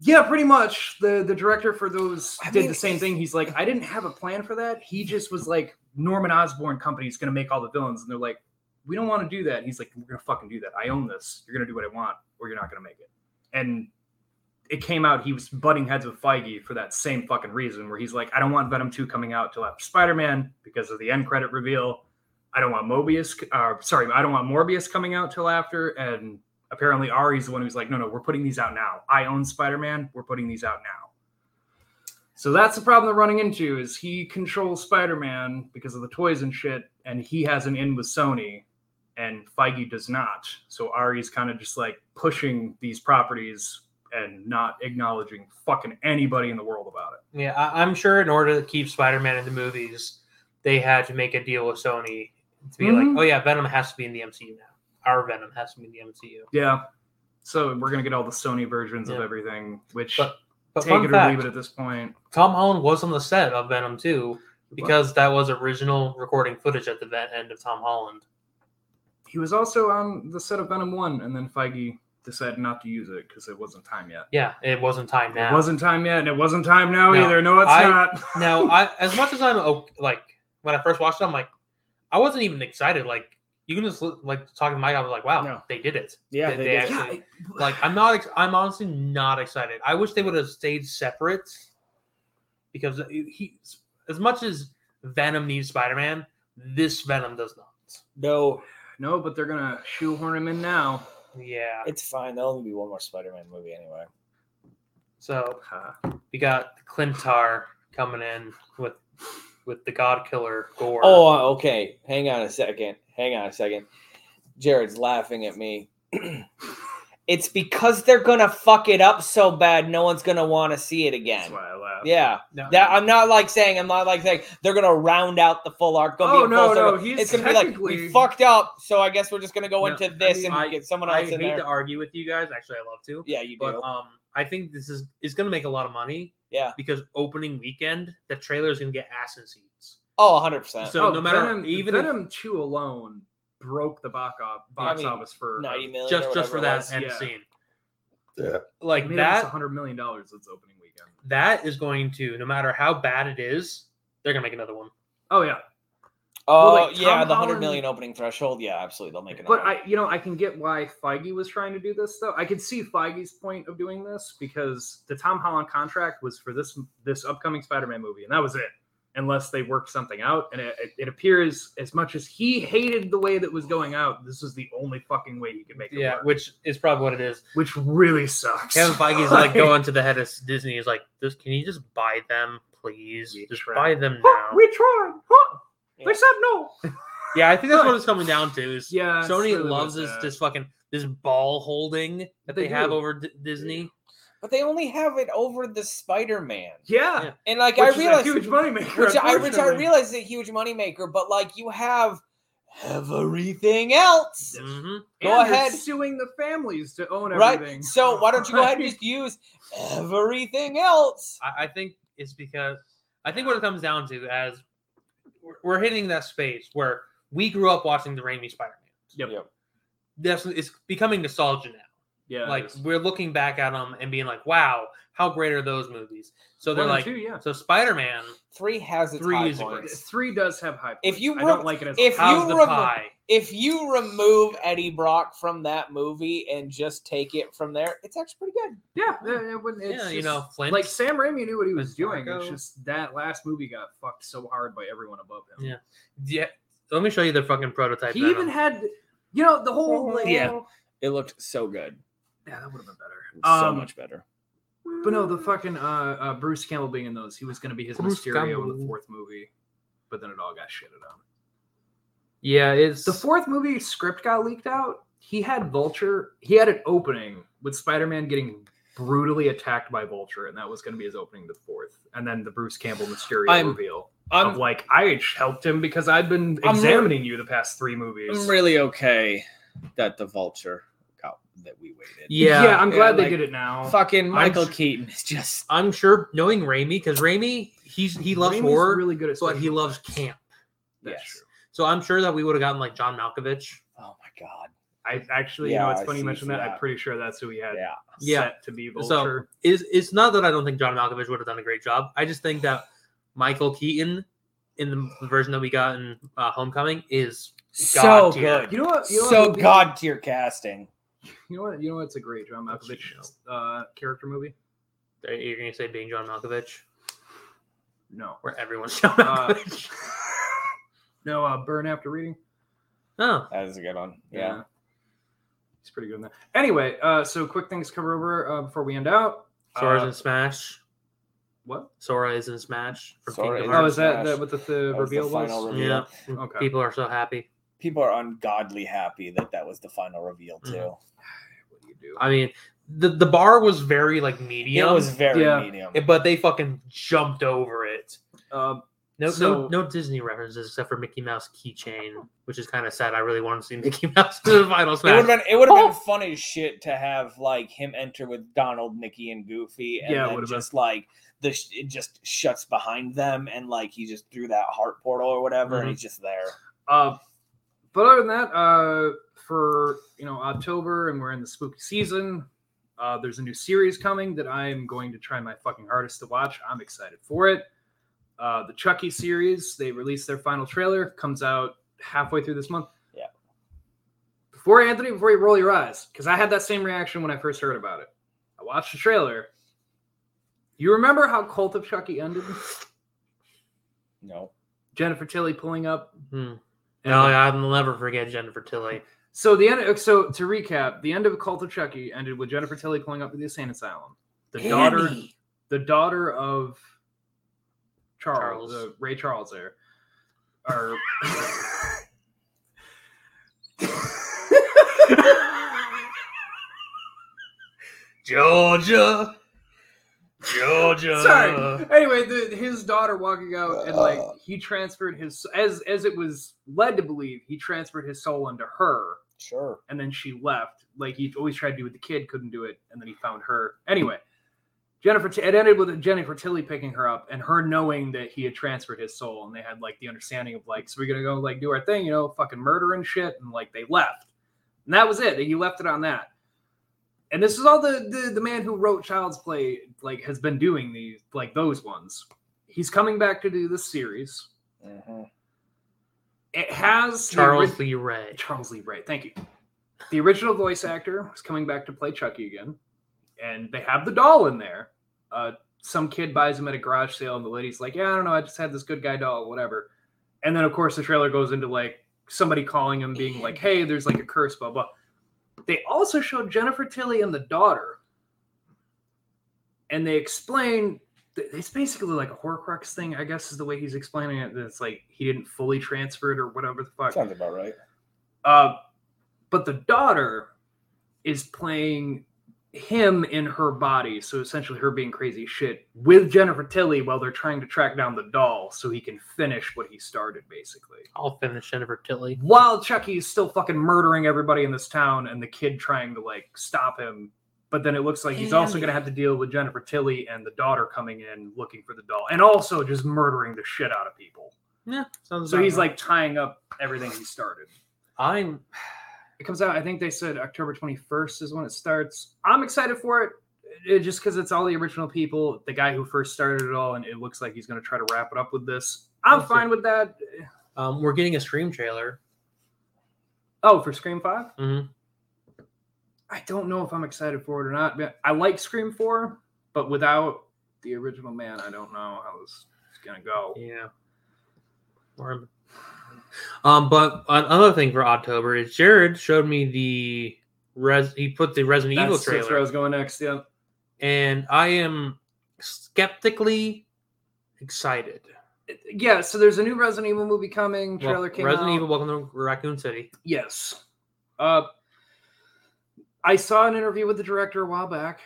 yeah, pretty much. The the director for those I did mean, the same thing. He's like, I didn't have a plan for that. He just was like, Norman Osborn company is going to make all the villains, and they're like, we don't want to do that. And he's like, we're going to fucking do that. I own this. You're going to do what I want, or you're not going to make it. And it came out he was butting heads with Feige for that same fucking reason, where he's like, I don't want Venom two coming out till after Spider Man because of the end credit reveal. I don't want Mobius. Uh, sorry, I don't want Morbius coming out till after. And apparently Ari's the one who's like, no, no, we're putting these out now. I own Spider Man. We're putting these out now. So that's the problem they're running into is he controls Spider Man because of the toys and shit, and he has an in with Sony, and Feige does not. So Ari's kind of just like pushing these properties and not acknowledging fucking anybody in the world about it. Yeah, I, I'm sure in order to keep Spider-Man in the movies, they had to make a deal with Sony to be Mhm. like, oh yeah, Venom has to be in the MCU now. Our Venom has to be in the MCU. Yeah. So we're gonna get all the Sony versions of Yeah. everything, which But- But take fun it or fact, leave it at this point. Tom Holland was on the set of Venom 2 because that was original recording footage at the vet end of Tom Holland. He was also on the set of Venom One, and then Feige decided not to use it because it wasn't time yet. Yeah, it wasn't time now. It wasn't time yet, and it wasn't time now No. either. No, it's I- not. now, I, as much as I'm o- like when I first watched it, I'm like, I wasn't even excited. Like you can just look- like talking to Mike, I was like, wow, No. they did it. Yeah, They- they, they did. actually- like I'm not. Ex- I'm honestly not excited. I wish they would have stayed separate because he, as much as Venom needs Spider-Man, this Venom does not. no, no, but they're gonna shoehorn him in now. Yeah. it's fine. There'll only be one more Spider-Man movie anyway. So Uh, we got Clintar coming in with with the God Killer Gore. Oh, okay. Hang on a second. Hang on a second. Jared's laughing at me. It's because they're gonna fuck it up so bad, no one's gonna want to see it that's again. why I laughed. Yeah, No. that I'm not like saying I'm not like saying they're gonna round out the full arc. Gonna Oh, be a full no, circle. no, he's it's gonna be like technically- we fucked up, so I guess we're just gonna go No, into I this mean, and I- get someone I else hate in there. to argue with you guys. Actually, I love to. yeah, you do. But um, I think this is is going to make a lot of money. Yeah. Because opening weekend, the trailer is going to get ass in seats. oh, 100. percent So no matter Venom, even if- Venom Two alone broke the box, op- box mean, office for 90 million. just or just for whatever that it was. end Yeah. scene. Yeah. Like one that hundred million dollars this opening weekend. that is going to no matter how bad it is, they're gonna make another one. Oh yeah, Oh, like, Tom yeah, the 100 Holland- million opening threshold. Yeah, absolutely. They'll make it. but I, you know, I can get why Feige was trying to do this though. I could see Feige's point of doing this because the Tom Holland contract was for this this upcoming Spider-Man movie, and that was it. Unless they worked something out, and it, it, it appears as much as he hated the way that was going out, this was the only fucking way he could make it Yeah, work, which is probably what it is. which really sucks. Kevin Feige's like going to the head of Disney. He's like, "Just can you just buy them, please? We Just tried. buy them "Huh, now." we tried. Huh, Yeah. They said no. Yeah, I think that's what it's coming down to. Is Yeah, it's Sony really what loves it this is. this fucking this ball holding that they, They have do. over D- Disney. But they only have it over the Spider-Man, Yeah, Yeah. and like which I is a realize, huge moneymaker. which I which I unfortunately. realize is a huge moneymaker. But like you have everything else, Mhm. Go And they're ahead. suing the families to own everything. right? So why don't you go ahead and just use everything else? I, I think it's because I think what it comes down to as we're- we're hitting that space where we grew up watching the Raimi Spider-Man. Yep. Yep. That's it's becoming nostalgia now. Yeah, it like is. we're looking back at them and being like, "Wow, how great are those movies?" So they're One like, and two, yeah. "So Spider Man, Three has its Three high is a points. great- Three does have high. Points. If you I were- don't like it as if much. how's you the remove- pie?" If you remove Eddie Brock from that movie and just take it from there, it's actually pretty good. yeah, it, it wouldn't- it's yeah, you just- know, Flint. like Sam Raimi knew what he was Miss doing. It's Margot. just that last movie got fucked so hard by everyone above him. Yeah. yeah, let me show you the fucking prototype. he Venom. even had, you know, the whole like, Yeah. It looked so good. yeah, that would have been better. so Um, much better. But no, the fucking uh, uh, Bruce Campbell being in those, he was going to be his Bruce Mysterio in Campbell. the fourth movie, but then it all got shitted on. yeah, it's The fourth movie script got leaked out. He had Vulture. He had an opening with Spider-Man getting brutally attacked by Vulture, and that was going to be his opening to the fourth. And then the Bruce Campbell Mysterio I'm- reveal of I'm like, I helped him because I've been I'm re- examining you the past three movies. I'm really okay that the Vulture got that we waited. yeah. yeah, I'm glad Yeah, they like, did it now. Fucking Michael I'm- Keaton is just I'm sure knowing Raimi because Raimi he's he loves Raimi's horror, really good at but he special loves effects. camp. That's Yes. true. So I'm sure that we would have gotten like John Malkovich. oh my god. I actually, you Yeah, know, it's I funny you see- mentioned that. yeah. I'm pretty sure that's who he had Yeah. Yeah. set to be So- Vulture. Is it's not that I don't think John Malkovich would have done a great job. I just think that Michael Keaton in the version that we got in uh, Homecoming is So God tier. good. You know what? You know so what would be- god tier casting. You know what? You know what's a great John That's Malkovich just- uh, character movie? you're gonna say being John Malkovich, No. where everyone's John Uh, Malkovich. No. Uh, Burn after reading. oh, That is a good one. Yeah. He's pretty good in that. Anyway, uh, so quick things to cover over uh, before we end out. Sora's Uh, in Smash. what? Sora is in Smash. from Sora Kingdom is- Oh, Hearts. is that, Smash. that what the, the That was the reveal was? final reveal. yeah. Okay. People are so happy. People are ungodly happy that that was the final reveal Mm. too. What do you do? I mean, the the bar was very like medium, It was very Yeah. medium. but they fucking jumped over it. Um, No, So- no, no Disney references except for Mickey Mouse keychain, which is kind of sad. I really want to see Mickey Mouse to the final It would have smash. been it would have Oh! been funny as shit to have like him enter with Donald, Mickey, and Goofy, and Yeah, it then would've been. just like the sh- it just shuts behind them, and like he just threw that heart portal or whatever, Mm-hmm. and he's just there. Uh, but other than that, uh, for you know October and we're in the spooky season. Uh, there's a new series coming that I am going to try my fucking hardest to watch. I'm excited for it. Uh, the Chucky series. They released their final trailer. Comes out halfway through this month. Yeah. Before Anthony, before you roll your eyes, because I had that same reaction when I first heard about it. I watched the trailer. You remember how Cult of Chucky ended? No, Jennifer Tilly pulling up. Hmm. and No, I'll never forget Jennifer Tilly. So the end. So to recap, the end of Cult of Chucky ended with Jennifer Tilly pulling up to the insane asylum. The daughter, the daughter of Charles, Charles. uh, Ray Charles, there, or Georgia, Georgia. sorry. Anyway, the, his daughter walking out and like he transferred his as as it was led to believe he transferred his soul into her, sure. and then she left. Like he always tried to do with the kid, couldn't do it, and then he found her. Anyway, Jennifer. It ended with Jennifer Tilly picking her up and her knowing that he had transferred his soul, and they had like the understanding of like, so we're gonna go like do our thing, you know, fucking murder and shit, and like they left, and that was it. He left it on that. And this is all the, the the man who wrote Child's Play like has been doing these like those ones. He's coming back to do this series. Mm-hmm. Mhm. It has the ori- Charles Lee Ray. Charles Lee Ray. Thank you. The original voice actor is coming back to play Chucky again, and they have the doll in there. Uh, some kid buys him at a garage sale, and the lady's like, "Yeah, I don't know, I just had this good guy doll, whatever." And then, of course, the trailer goes into like somebody calling him, being like, "Hey, there's like a curse, blah blah." They also showed Jennifer Tilly and the daughter, and they explain th- it's basically like a Horcrux thing, I guess, is the way he's explaining it. That it's like he didn't fully transfer it or whatever the fuck. Sounds about right. Uh, but the daughter is playing him in her body, so essentially her being crazy as shit with Jennifer Tilly while they're trying to track down the doll so he can finish what he started, basically. I'll finish Jennifer Tilly. While Chucky is still fucking murdering everybody in this town and the kid trying to like stop him. But then it looks like he's also going to have to deal with Jennifer Tilly and the daughter coming in looking for the doll and also just murdering the shit out of people. Yeah, sounds So about he's right. like tying up everything he started. I'm It comes out. I think they said October 21st is when it starts. I'm excited for it, it just because it's all the original people, the guy who first started it all, and it looks like he's going to try to wrap it up with this. I'm Awesome. fine with that. Um, we're getting a stream trailer. Oh, for Scream 5? Mhm. I don't know if I'm excited for it or not. but I like Scream 4, but without the original man, I don't know how this is going to go. Yeah. Or- Um, but an- another thing for October is Jared showed me the res. He put the Resident Evil That's, that's where I trailer, was going next. Yeah. and I am skeptically excited. Yeah. So there's a new Resident Evil movie coming. Trailer Well, came Resident out. Evil: Welcome to Raccoon City. Yes. Uh, I saw an interview with the director a while back.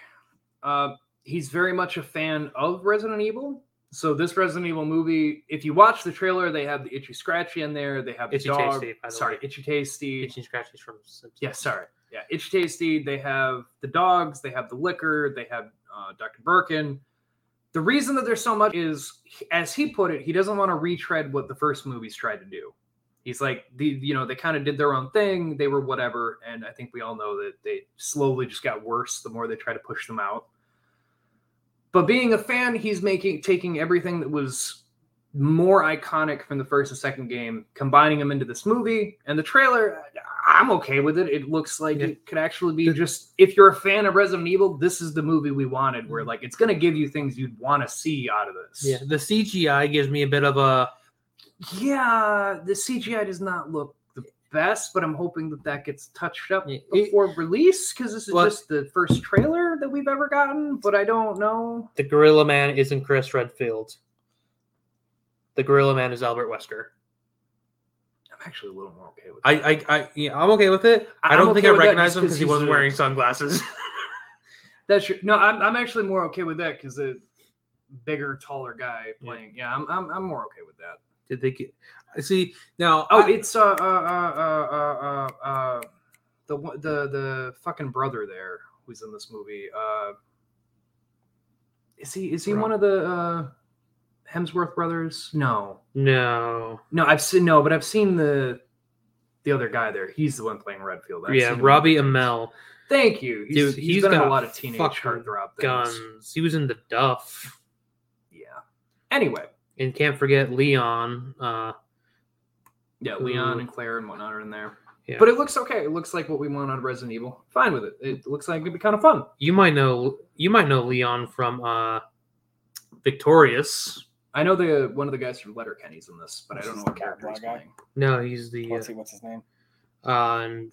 Uh, he's very much a fan of Resident Evil. So this Resident Evil movie, if you watch the trailer, they have the itchy scratchy in there. They have the Itchy dog. Tasty, by the sorry, way. itchy tasty. Itchy scratches from Simpsons. Yeah, sorry. Yeah, itchy tasty. They have the dogs. They have the liquor. They have uh, Dr. Birkin. The reason that there's so much is, as he put it, he doesn't want to retread what the first movies tried to do. He's like, the you know, they kind of did their own thing. They were whatever, and I think we all know that they slowly just got worse the more they try to push them out. But being a fan, he's making taking everything that was more iconic from the first and second game, combining them into this movie and the trailer. I'm okay with it. It looks like Yeah. it could actually be The- just if you're a fan of Resident Evil, this is the movie we wanted. Where like it's gonna give you things you'd want to see out of this. Mm. Yeah, the CGI gives me a bit of a yeah. The CGI does not look the best, but I'm hoping that that gets touched up Yeah, it- before release because this is Well- just the first trailer that we've ever gotten. But I don't know. the Gorilla Man isn't Chris Redfield. The Gorilla Man is Albert Wesker. I'm actually a little more okay with. I, that. I, I yeah, I'm okay with it. I- I don't I'm think okay I with that recognize just him 'cause because he he's wasn't a- wearing sunglasses. That's true. No, I'm, I'm actually more okay with that because the bigger, taller guy Yeah. playing. Yeah, I'm, I'm, I'm more okay with that. Did they get? I see now. Oh, I- it's uh, uh, uh, uh, uh, uh, the one- the the fucking brother there who's in this movie. Uh, is he is he Rob. one of the uh, Hemsworth brothers? No, no. no, I've seen no, but I've seen the the other guy there. He's the one playing Redfield. I've yeah, seen him. Robbie Amell. Thank you. He's, Dude, he's he's been in got a lot of teenage fucking heartthrob things. Guns. He was in the Duff, Yeah. Anyway. and can't forget Leon. Uh, Yeah, who- Leon and Claire and whatnot are in there. Yeah. But it looks okay. It looks like what we want out of Resident Evil. Fine with it. It looks like it'd be kind of fun. you might know. You might know Leon from uh, Victorious. I know the one of the guys from Letterkenny's in this, but I don't know what character he's Black guy? playing. No, he's the Let's see, what's his name? uh, on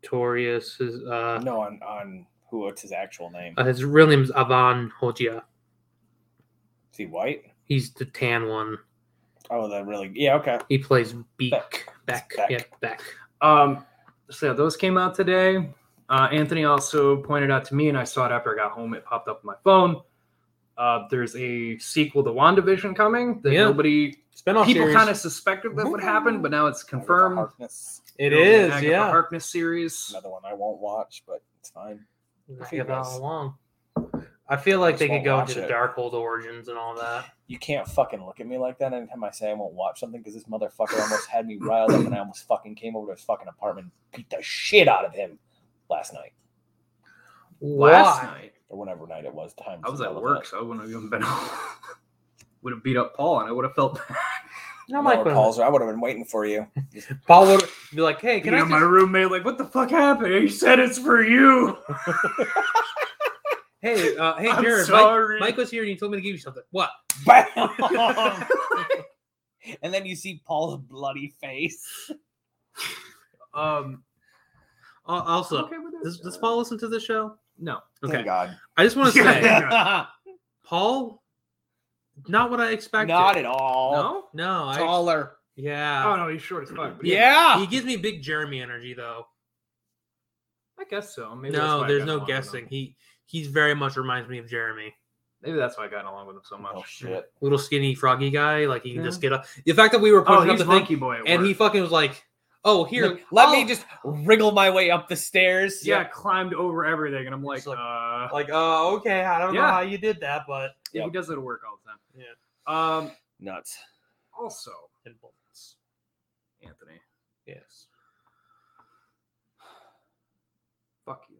Victorious. Is, uh, No, on on who? What's his actual name? uh, his real name is Avan Hojia. Is he white? He's the tan one. Oh, the really? Yeah, okay. He plays Beak. Beck. Beck. Beck. Yeah, Beck. Um, so yeah, those came out today. Uh, Anthony also pointed out to me, and I saw it after I got home. It popped up on my phone. Uh, there's a sequel to WandaVision coming that Yeah. Oh, nobody Spinoff people series. kind of suspected that would happen, but now it's confirmed. Harkness. It You know, is. Agatha Yeah. Harkness series. Another one I won't watch, but it's fine. I I think think about that's- how long. I feel like just they could won't go watch into the it. Darkhold origins and all that. You can't fucking look at me like that anytime I say I won't watch something because this motherfucker almost had me riled up and I almost fucking came over to his fucking apartment and beat the shit out of him last night Last Why? night, or whenever night it was. Time I was at irrelevant. work, so I wouldn't have even been home. would have beat up Paul, and I would have felt bad. No, No, Mike calls her. I would have been waiting for you. Paul would be like, "Hey, can you I?" know, Just... my roommate, like, what the fuck happened? He said it's for you. Hey, uh, hey, I'm Jared. Mike, sorry. Mike was here and he told me to give you something. What? Bam! and then you see Paul's bloody face. um, Al- also, okay with it. does, does Paul listen to this show? No. Thank Okay. God. I just want to say, Yeah. Paul, not what I expected. Not at all. No? No, I. Taller. Oh, Yeah. no, he's short as fuck. but Yeah. He gives me big Jeremy energy though. I guess so. Maybe that's why no, I there's got no along with him. guessing. He he's very much reminds me of Jeremy. Maybe that's why I got along with him so much. Oh shit. Little skinny froggy guy, like he can Yeah. just get up. The fact that we were Oh, pushing up he's the thing monkey boy. at and he work. fucking was like, "Oh, here, Let I'll-" me just wriggle my way up the stairs. yeah, climbed over everything, and I'm like, It's like- uh, like, oh, okay, I don't know Yeah. how you did that, but yeah, yeah. he does it at work all the time. Yeah. Um, Nuts. also, in bullets. Anthony, yes, fuck you.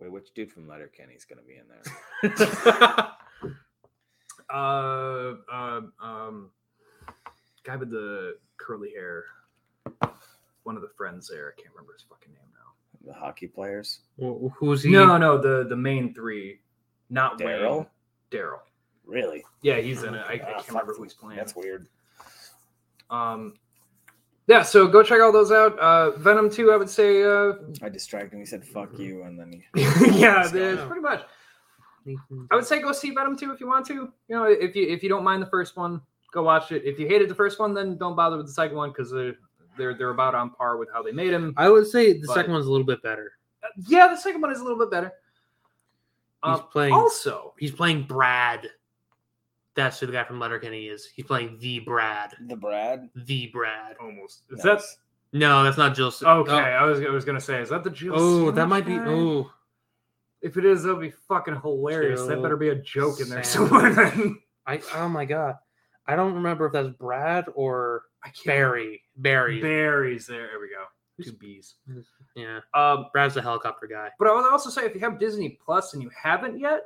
Wait, which dude from Letterkenny's gonna be in there? Uh, uh, um, guy with the curly hair, one of the friends there. I can't remember his fucking name now. The hockey players. Wh- who's he? No, no, the the main three, not Daryl? Wayne. Daryl. Really? Yeah, he's in it. I, I Ah, can't fuck. remember who he's playing. That's weird. Um, yeah, so go check all those out. Uh, Venom two, I would say. Uh, I distracted him. He said "fuck you," and then he. yeah, Let's go. there's pretty much. I would say go see Venom two if you want to. You know, if you if you don't mind the first one, go watch it. If you hated the first one, then don't bother with the second one because they're, they're they're about on par with how they made him. I would say the But- second one's a little bit better. Yeah, the second one is a little bit better. He's Um, playing. Also, He's playing Brad. That's who the guy from Letterkenny is. He's playing the Brad. The Brad. The Brad. almost is that Nice. No, that's not Jill. Sil- okay? I was I was gonna say is that the Jill? Oh, oh that Sandwich might be. guy? Oh, If it is, that'll be fucking hilarious. that Jill better be a joke in there Sandwich. somewhere. Then. I. Oh my god, I don't remember if that's Brad or I can't. Barry. Barry. Berries. There, there we go. Two B's. Yeah, Um, Brad's the helicopter guy. but I would also say if you have Disney Plus and you haven't yet,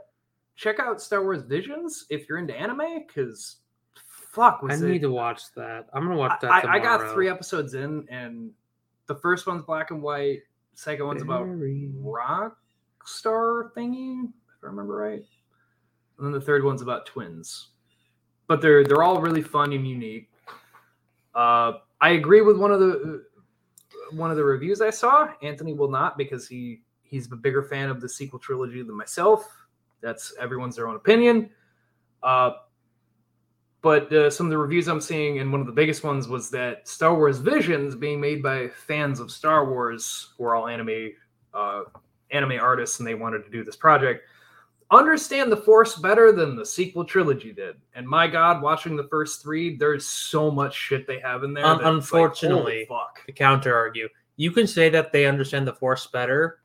check out Star Wars Visions if you're into anime, because fuck I was it? need to watch that. I'm gonna watch that. I, I got tomorrow. three episodes in, and the first one's black and white. Second one's about Very- rock star thingy, if I remember right. And then the third one's about twins. But they're they're all really fun and unique. Uh, I agree with one of the one of the reviews I saw. Anthony will not because he he's a bigger fan of the sequel trilogy than myself. That's everyone's their own opinion. Uh, but uh, some of the reviews I'm seeing, and one of the biggest ones was that Star Wars Visions being made by fans of Star Wars, who are all anime uh, anime artists, and they wanted to do this project. Understand the Force better than the sequel trilogy did, and my God, watching the first three, there's so much shit they have in there. Un- that it's like, holy unfortunately, fuck. to counter argue. You can say that they understand the Force better,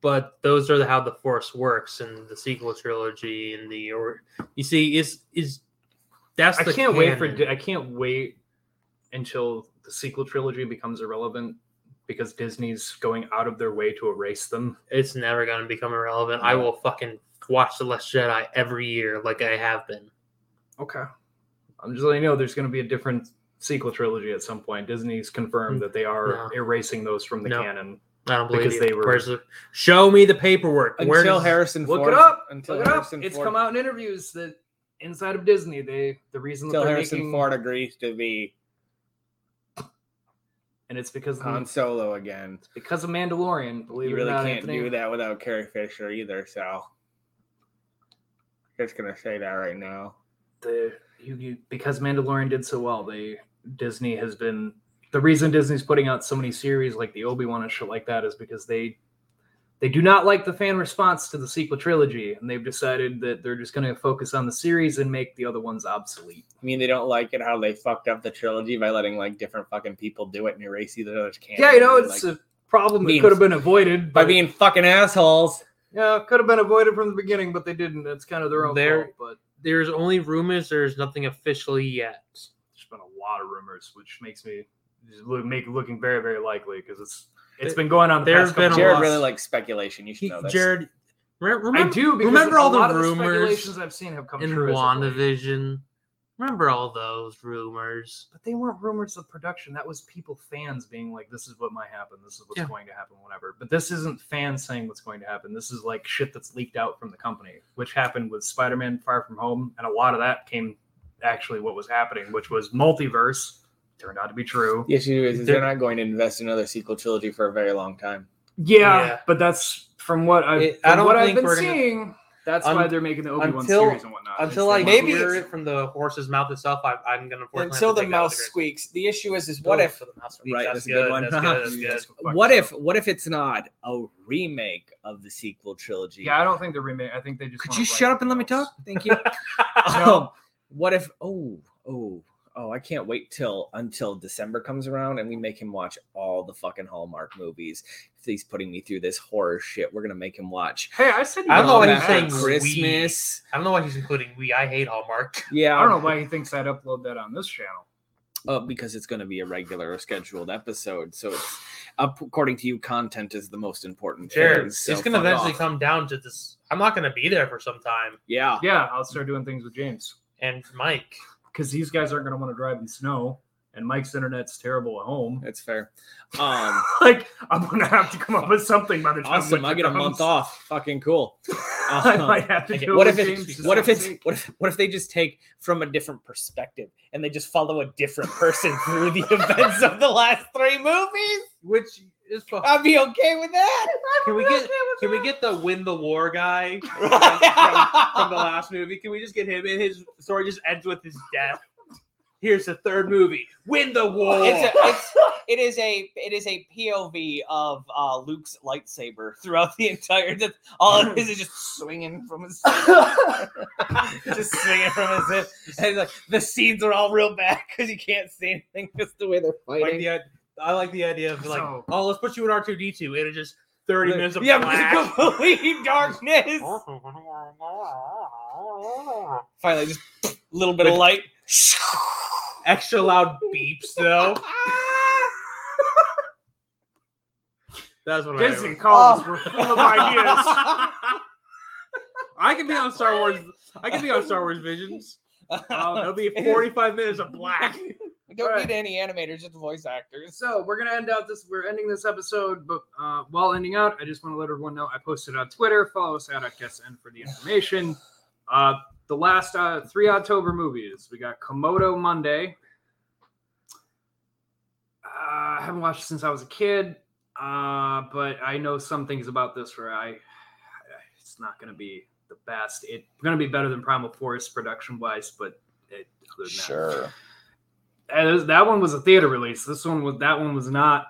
but those are how the Force works in the sequel trilogy and the or you see is is that's I the can't wait for canon. Di- I can't wait until the sequel trilogy becomes irrelevant because Disney's going out of their way to erase them. it's never gonna become irrelevant. I will fucking watch the Last Jedi every year like I have been. Okay. I'm just letting you know there's going to be a different sequel trilogy at some point. Disney's confirmed that they No. are erasing those from the No. canon. I don't believe Because you. they were- Where's the- show me the paperwork. Where Until does, Harrison Look Ford. it up. Until Look it up. Harrison It's Ford. come out in interviews that inside of Disney, they the reason that Until they're Harrison making Ford agrees to be and it's because of, Han Solo again. because of Mandalorian. Believe You it or really Hmm. not, can't Anthony. do that without Carrie Fisher either. So just gonna say that right now. the you, you because Mandalorian did so well, they Disney has been the reason Disney's putting out so many series like the Obi Wan and shit like that is because they they do not like the fan response to the sequel trilogy, and they've decided that they're just going to focus on the series and make the other ones obsolete. I mean, they don't like it how they fucked up the trilogy by letting like different fucking people do it and erase each other's canon. Yeah, you know and, it's like, a problem that means- could have been avoided by but- being fucking assholes. yeah could have been avoided from the beginning, but they didn't. It's kind of their own They're- fault, but. There's only rumors. There's nothing officially yet. There's been a lot of rumors, which makes me just look, make it looking very, very likely because it's it's been going on. The There's past couple been a Jared lot- months. really likes speculation. You should He, know this. Jared, re- I remember, do because remember a all the lot of rumors speculations I've seen have come in true. as of late. WandaVision. Remember all those rumors? but they weren't rumors of production. That was people, fans being like, "This is what might happen. This is what's Yeah. going to happen. Whatever." But this isn't fans saying what's going to happen. This is like shit that's leaked out from the company, which happened with Spider-Man: Far From Home, and a lot of that came actually what was happening, which was multiverse turned out to be true. The issue is, is They're- they're not going to invest in another sequel trilogy for a very long time. Yeah, Yeah. but that's from what I've, It- I from don't what I've think been we're gonna- seeing. That's Un- why they're making the Obi Wan until- series and whatnot. until, It's like, the maybe multiverse. hear it's- it from the horse's mouth itself. I, I'm gonna unfortunately Until have to take the that with mouse a grain of squeaks. The issue is, is salt. what Oh, if for the mouse squeaks. Right, That's, that's a good. good one. That's good. That's good. Fuck what yourself. if what if it's not a remake of the sequel trilogy? Yeah, I don't think they're remake. I think they just. Could wanna you write shut up and let me themselves. talk? Thank you. um, what if? Oh, oh, oh! I can't wait till until December comes around and we make him watch all the fucking Hallmark movies. If he's putting me through this horror shit, we're gonna make him watch. Hey, I said. I don't know All why That he's saying Max. Christmas. I don't know why he's including we. I hate Hallmark. Yeah, I don't know why he thinks I'd upload that on this channel. uh, because it's going to be a regular scheduled episode. So it's up according to you, content is the most important. Jared, thing, it's so gonna fuck eventually off. come down to this. I'm not gonna be there for some time. Yeah, Yeah, I'll start doing things with James And Mike, because these guys aren't going to want to drive in snow, and Mike's internet's terrible at home. that's fair. Um, like I'm going to have to come up with something by the time. awesome! winter I get a month comes. off. Fucking cool. I might have to. Okay, do what it if with it's James' what if it's mistake. what if what if they just take from a different perspective and they just follow a different person through the events of the last three movies? which is fucking. I'd be okay with that. Can we get can we get the win the war guy from, from the last movie? Can we just get him and his story just ends with his death? Here's the third movie. Win the war. It's a, it's, it is a it is a POV of uh, Luke's lightsaber throughout the entire. Just, all it is is just swinging from his just swinging from his hip. And it's like the scenes are all real bad because you can't see anything just the way they're like fighting. the, i- I like the idea of like, So- oh, let's put you in R two D two, and it's just thirty minutes of yeah, black. complete darkness. Finally, just a little bit of light. extra loud beeps though. That's what Disney calls. Oh. We're full of ideas. I can be on Star Wars. I can be on Star Wars Visions. I Um, it'll be 45 minutes of black. don't Alright. need any animators, just voice actors. So we're gonna end out this. We're ending this episode, but uh, while ending out, I just want to let everyone know I posted on Twitter. Follow us at and for the information. Uh, the last uh, three October movies we got Komodo Monday. Uh, I haven't watched it since I was a kid, uh, but I know some things about this where I it's not gonna be the best. It's gonna be better than Primal Forest production wise, but it, other than that, Sure. and it was- that one was a theater release. This one was that one was not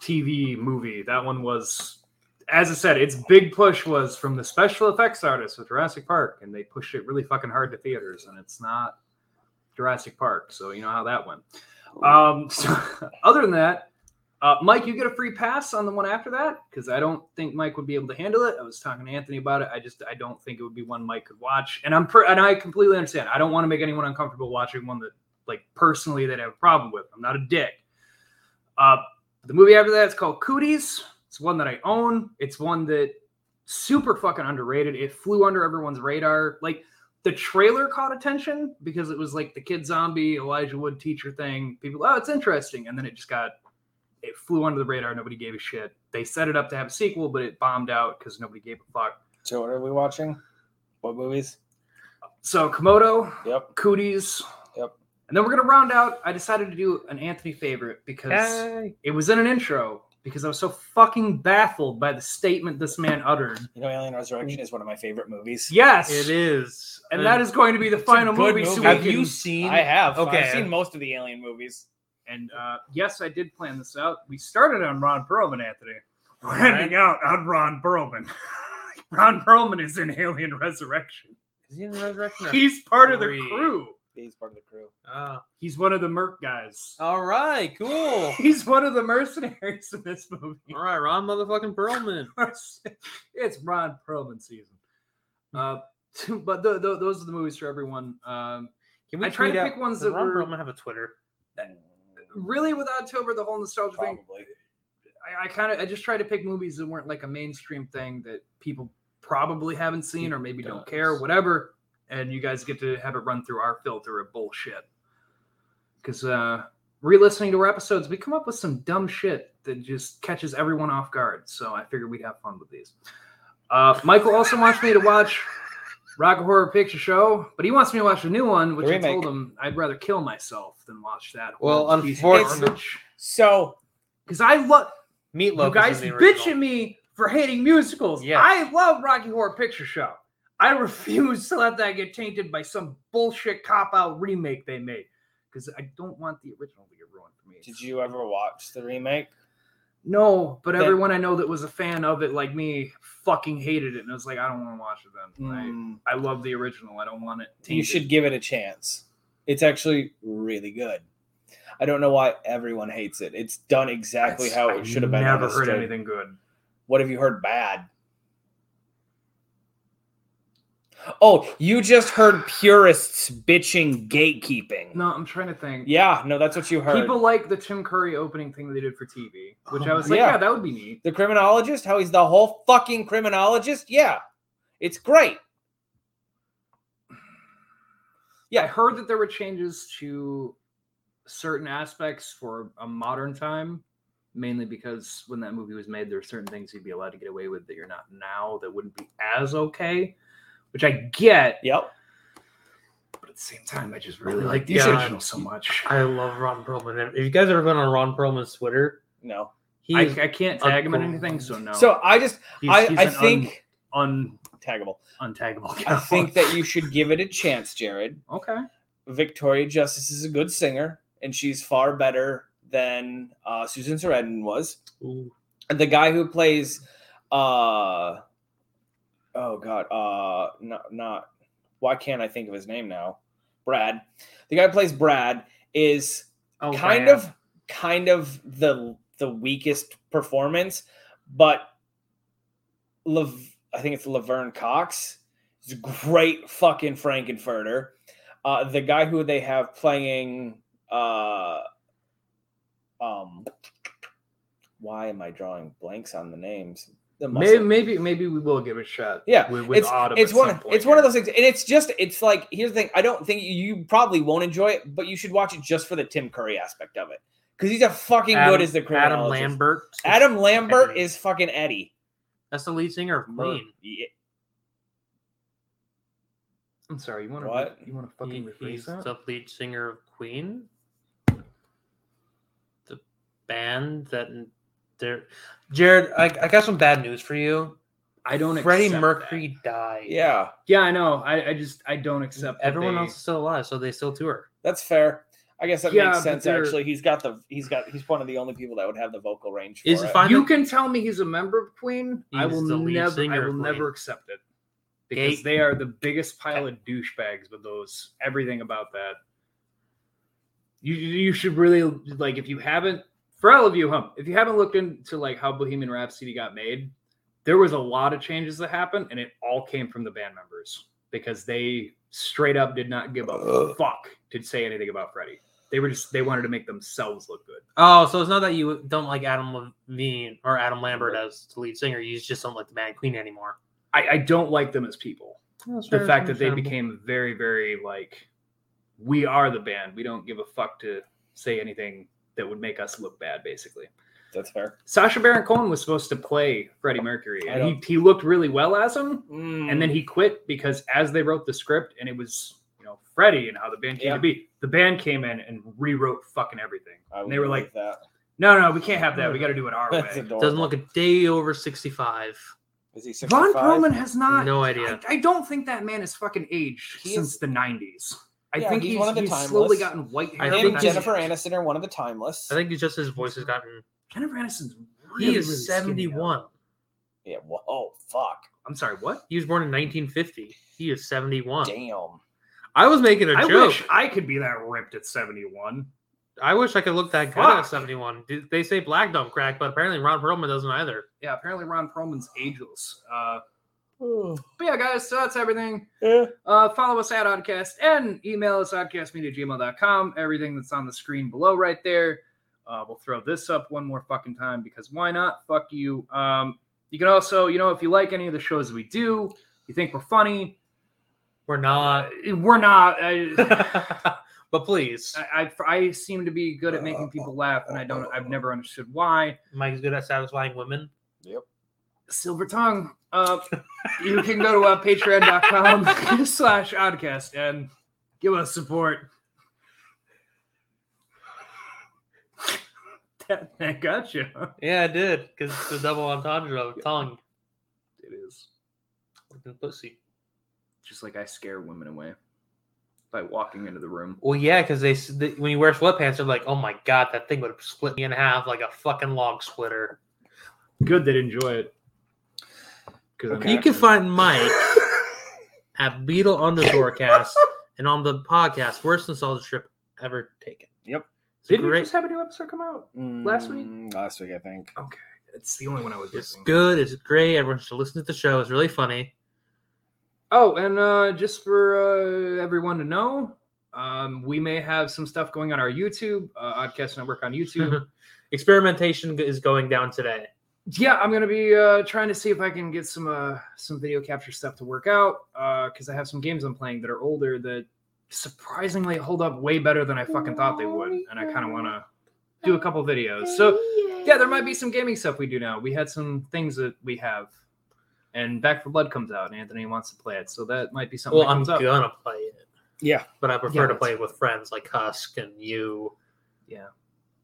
TV movie. That one was, as I said, its big push was from the special effects artists with Jurassic Park, and they pushed it really fucking hard to theaters. And it's not Jurassic Park, so you know how that went. Um, so, other than that, uh, Mike, you get a free pass on the one after that because I don't think Mike would be able to handle it. I was talking to Anthony about it. I just I don't think it would be one Mike could watch, and I'm per- and I completely understand. I don't want to make anyone uncomfortable watching one that like personally that I have a problem with. I'm not a dick. Uh, the movie after that is called Cooties. It's one that I own. It's one that super fucking underrated. It flew under everyone's radar. Like the trailer caught attention because it was like the kid zombie Elijah Wood teacher thing. People, oh, it's interesting, and then it just got it flew under the radar. Nobody gave a shit. They set it up to have a sequel, but it bombed out because nobody gave a fuck. So what are we watching? What movies? So Komodo, Yep. Cooties. Yep. And then we're gonna round out. I decided to do an Anthony favorite because. It was in an intro because I was so fucking baffled by the statement this man uttered. You know, Alien Resurrection is one of my favorite movies. Yes, It is, and that is going to be the final good movie. So movie. we Have can- you seen? I have. Okay. I've seen most of the Alien movies. And uh, yes, I did plan this out. We started on Ron Perlman, Anthony. We're ending out on Ron Perlman. Ron Perlman is in Alien Resurrection. Is he in the resurrection? or- He's part of the Three. crew. He's part of the crew. Ah. He's one of the merc guys. Oh. All right, cool. He's one of the mercenaries in this movie. all right, Ron, motherfucking Perlman. course, it's Ron Perlman season. Hmm. Uh, but th- th- those are the movies for everyone. Um, Can we I tried tweet to out- pick ones Does that Ron were- Perlman have a Twitter. really, with October, the whole nostalgia thing, Probably. I, I kind of I just tried to pick movies that weren't like a mainstream thing that people probably haven't seen or maybe don't care, Does. whatever. And you guys get to have it run through our filter of bullshit. Because uh, re-listening to our episodes, we come up with some dumb shit that just catches everyone off guard. So I figured we'd have fun with these. Uh, Michael also wants me to watch Rock Horror Picture Show, but he wants me to watch a new one, which The I told remake. him I'd rather kill myself than watch that. Well, unfortunately- So because I love Meatloaf. you guys is in the original. bitch at me for hating musicals. Yes. I love Rocky Horror Picture Show. I refuse to let that get tainted by some bullshit cop out remake they made because I don't want the original to get ruined for me. Did you ever watch the remake? No, but Then- everyone I know that was a fan of it, like me, fucking hated it, and I was like, I don't want to watch it then. Hmm. I, I love the original. I don't want it. Tainted. You Hmm. should give it a chance. It's actually really good. I don't know why everyone hates it. It's done exactly how it I've should have been. Never understood. heard anything good. What have you heard bad? Oh, you just heard purists bitching gatekeeping. No, I'm trying to think. Yeah, no, that's what you heard. People like the Tim Curry opening thing they did for TV, which I was like, Yeah. yeah, that would be neat. the criminologist, how he's the whole fucking criminologist. Yeah, It's great. yeah, I heard that there were changes to certain aspects for a modern time, mainly because when that movie was made, there were certain things you'd be allowed to get away with that you're not now that wouldn't be as okay, which I get, yep. but at the same time, I just really like the Yeah. original so much. I love Ron Perlman. If you guys ever been on Ron Perlman's Twitter, No. he I, is- I can't tag him in uncool. anything, so no. So I just he's, I, he's I an think un, Taggable. un, untaggable. I cow. think that you should give it a chance, Jared. okay. Victoria Justice is a good singer, and she's far better than uh, Susan Sarandon was. Ooh. the guy who plays uh oh god uh not not why can't i think of his name now brad the guy who plays brad is Oh, kind man. of kind of the the weakest performance but Lav- i think it's laverne cox is a great fucking frankenfurter uh the guy who they have playing uh um why am I drawing blanks on the names? the muscle. Maybe, maybe maybe we will give it a shot. Yeah, with, with Autumn it's at one some of point it's one of here. those things, and it's just it's like here's the thing. I don't think you probably won't enjoy it, but you should watch it just for the Tim Curry aspect of it because he's a fucking good as the Adam criminologist. Lambert. Adam Lambert Eddie. is fucking Eddie. That's the lead singer of Queen. Yeah. I'm sorry. You want What? to you want to He- fucking rephrase he's that? the lead singer of Queen, the band that there. Jared, I, I got some bad news for you. I don't. Freddie accept Mercury died. yeah, that. Yeah, I know. I, I just I don't accept. that Everyone they- else is still alive, so they still tour. that's fair. I guess that Yeah, makes but sense. they're- Actually, he's got the he's got he's one of the only people that would have the vocal range. For Is it. it fine? You that- can tell me he's a member of Queen. I He's will the lead never. I singer will of never Queen. accept it because Gate. they are the biggest pile of douchebags with those everything about that. You you should really like if you haven't for all of you, huh? If you haven't looked into like how Bohemian Rhapsody got made, there was a lot of changes that happened, and it all came from the band members because they straight up did not give a fuck to say anything about Freddie. They were just they wanted to make themselves look good. Oh, so it's not that you don't like Adam Levine or Adam Lambert as the lead singer. You just don't like the band Queen anymore. I, I don't like them as people. the fact that they became very very like we are the band we don't give a fuck to say anything that would make us look bad basically That's fair. sasha baron cohen was supposed to play freddie mercury I and he, he looked really well as him Mm. and then he quit because as they wrote the script and it was you know freddie and how the band came Yeah. to be the band came in and rewrote fucking everything I and would they were believe like that. no no we can't have that we got to do it our That's way adorable. doesn't look a day over sixty-five. Is he Von 65? Perlman has not. No idea. I, I don't think that man is fucking aged He since is- the '90s. I Yeah, think he's he's, one of the he's timeless. slowly gotten white hair. I Him think and that's- Jennifer Aniston are one of the timeless. I think it's just his voice has gotten. Jennifer Aniston's He really, is really skinny now. seventy-one. yeah. Whoa. Oh, fuck. I'm sorry, what? He was born in nineteen fifty. He is seventy-one. Damn. I was making a I joke. wish I could be that ripped at 71. I wish I could look that good Fuck. at 71. Dude, They say black don't crack, but apparently Ron Perlman doesn't either. Yeah, apparently Ron Perlman's ageless. Uh, but yeah, guys, so that's everything. Yeah. Uh, follow us at Oddcast and email us oddcastmedia@gmail.com. Everything that's on the screen below right there. Uh, we'll throw this up one more fucking time because why not? Fuck you. Um, you can also, you know, if you like any of the shows that we do, you think we're funny, We're not. we're not. I, but please, I, I, I seem to be good at making people laugh, and I don't. I've never understood why. Mike's good at satisfying women. Silver tongue. Uh, you can go to uh, patreon.com slash oddcast and give us support. That, that got you. Yeah, I did because it's the double entendre of tongue It is and pussy. just like I scare women away by walking into the room. Well, yeah, because they, s- they when you wear sweatpants, they're like, "Oh my god, that thing would have split me in half like a fucking log splitter." Good that enjoy it. 'Cause I'm You not can gonna- find Mike at Beetle underscore cast and on the podcast worst nostalgia trip ever taken. Yep. It's Didn't great. you just have a new episode come out? Last week? Mm, Last week, I think. It's the only one I was It's listening. good. It's great. Everyone should listen to the show. It's really funny. Oh, and uh, just for uh, everyone to know, um, we may have some stuff going on our YouTube, uh, Oddcast Network on YouTube. Experimentation is going down today. yeah, I'm gonna be uh, trying to see if I can get some uh, some video capture stuff to work out because I have some games I'm playing that are older that surprisingly hold up way better than I fucking thought they would, and I kind of want to do a couple videos. So yeah, there might be some gaming stuff we do now. We had some things that we have, and Back for Blood comes out, and Anthony wants to play it, so that might be something. Well, that I'm comes up. gonna play it. Yeah. but I prefer to Yeah, that's play it with friends like Husk and you.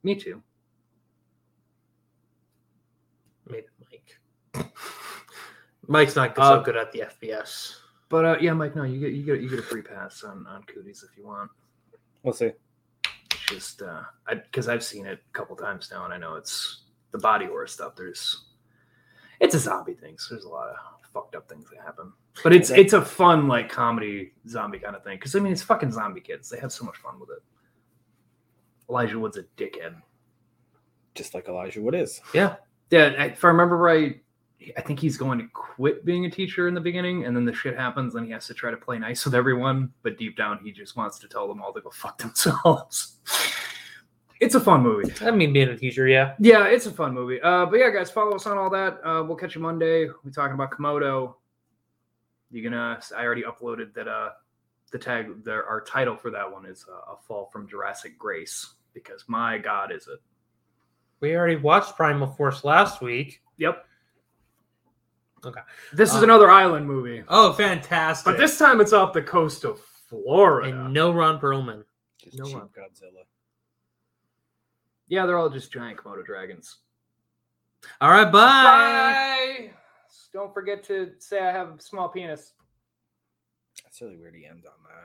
Me too. Maybe Mike. Mike's not so Uh, good at the FPS. But uh, yeah, Mike, no, you get you get you get a free pass on on cooties if you want. We'll see. It's just uh, I because I've seen it a couple times now, and I know it's the body horror stuff. There's it's a zombie thing, so there's a lot of fucked up things that happen. But it's Okay. it's a fun like comedy zombie kind of thing because I mean it's fucking zombie kids. They have so much fun with it. Elijah Wood's a dickhead. Just like Elijah Wood is. Yeah, I- if I remember right, I think he's going to quit being a teacher in the beginning, and then the shit happens, and he has to try to play nice with everyone. But deep down, he just wants to tell them all to go fuck themselves. It's a fun movie. I mean, being a teacher, yeah. Yeah, it's a fun movie. Uh, but yeah, guys, follow us on all that. Uh, we'll catch you Monday. We're talking about Komodo. You can. Uh, I already uploaded that. Uh, the tag. There, our title for that one is uh, a fall from Jurassic Grace because my God, is it? We already watched Primal Force last week. Yep. Okay. This is Uh, another island movie, Oh, fantastic! but this time it's off the coast of Florida. and no Ron Perlman. Just No cheap one. Godzilla. yeah, they're all just giant Komodo dragons. All right, bye. Bye. Don't forget to say I have a small penis. That's really weird. He ends on that.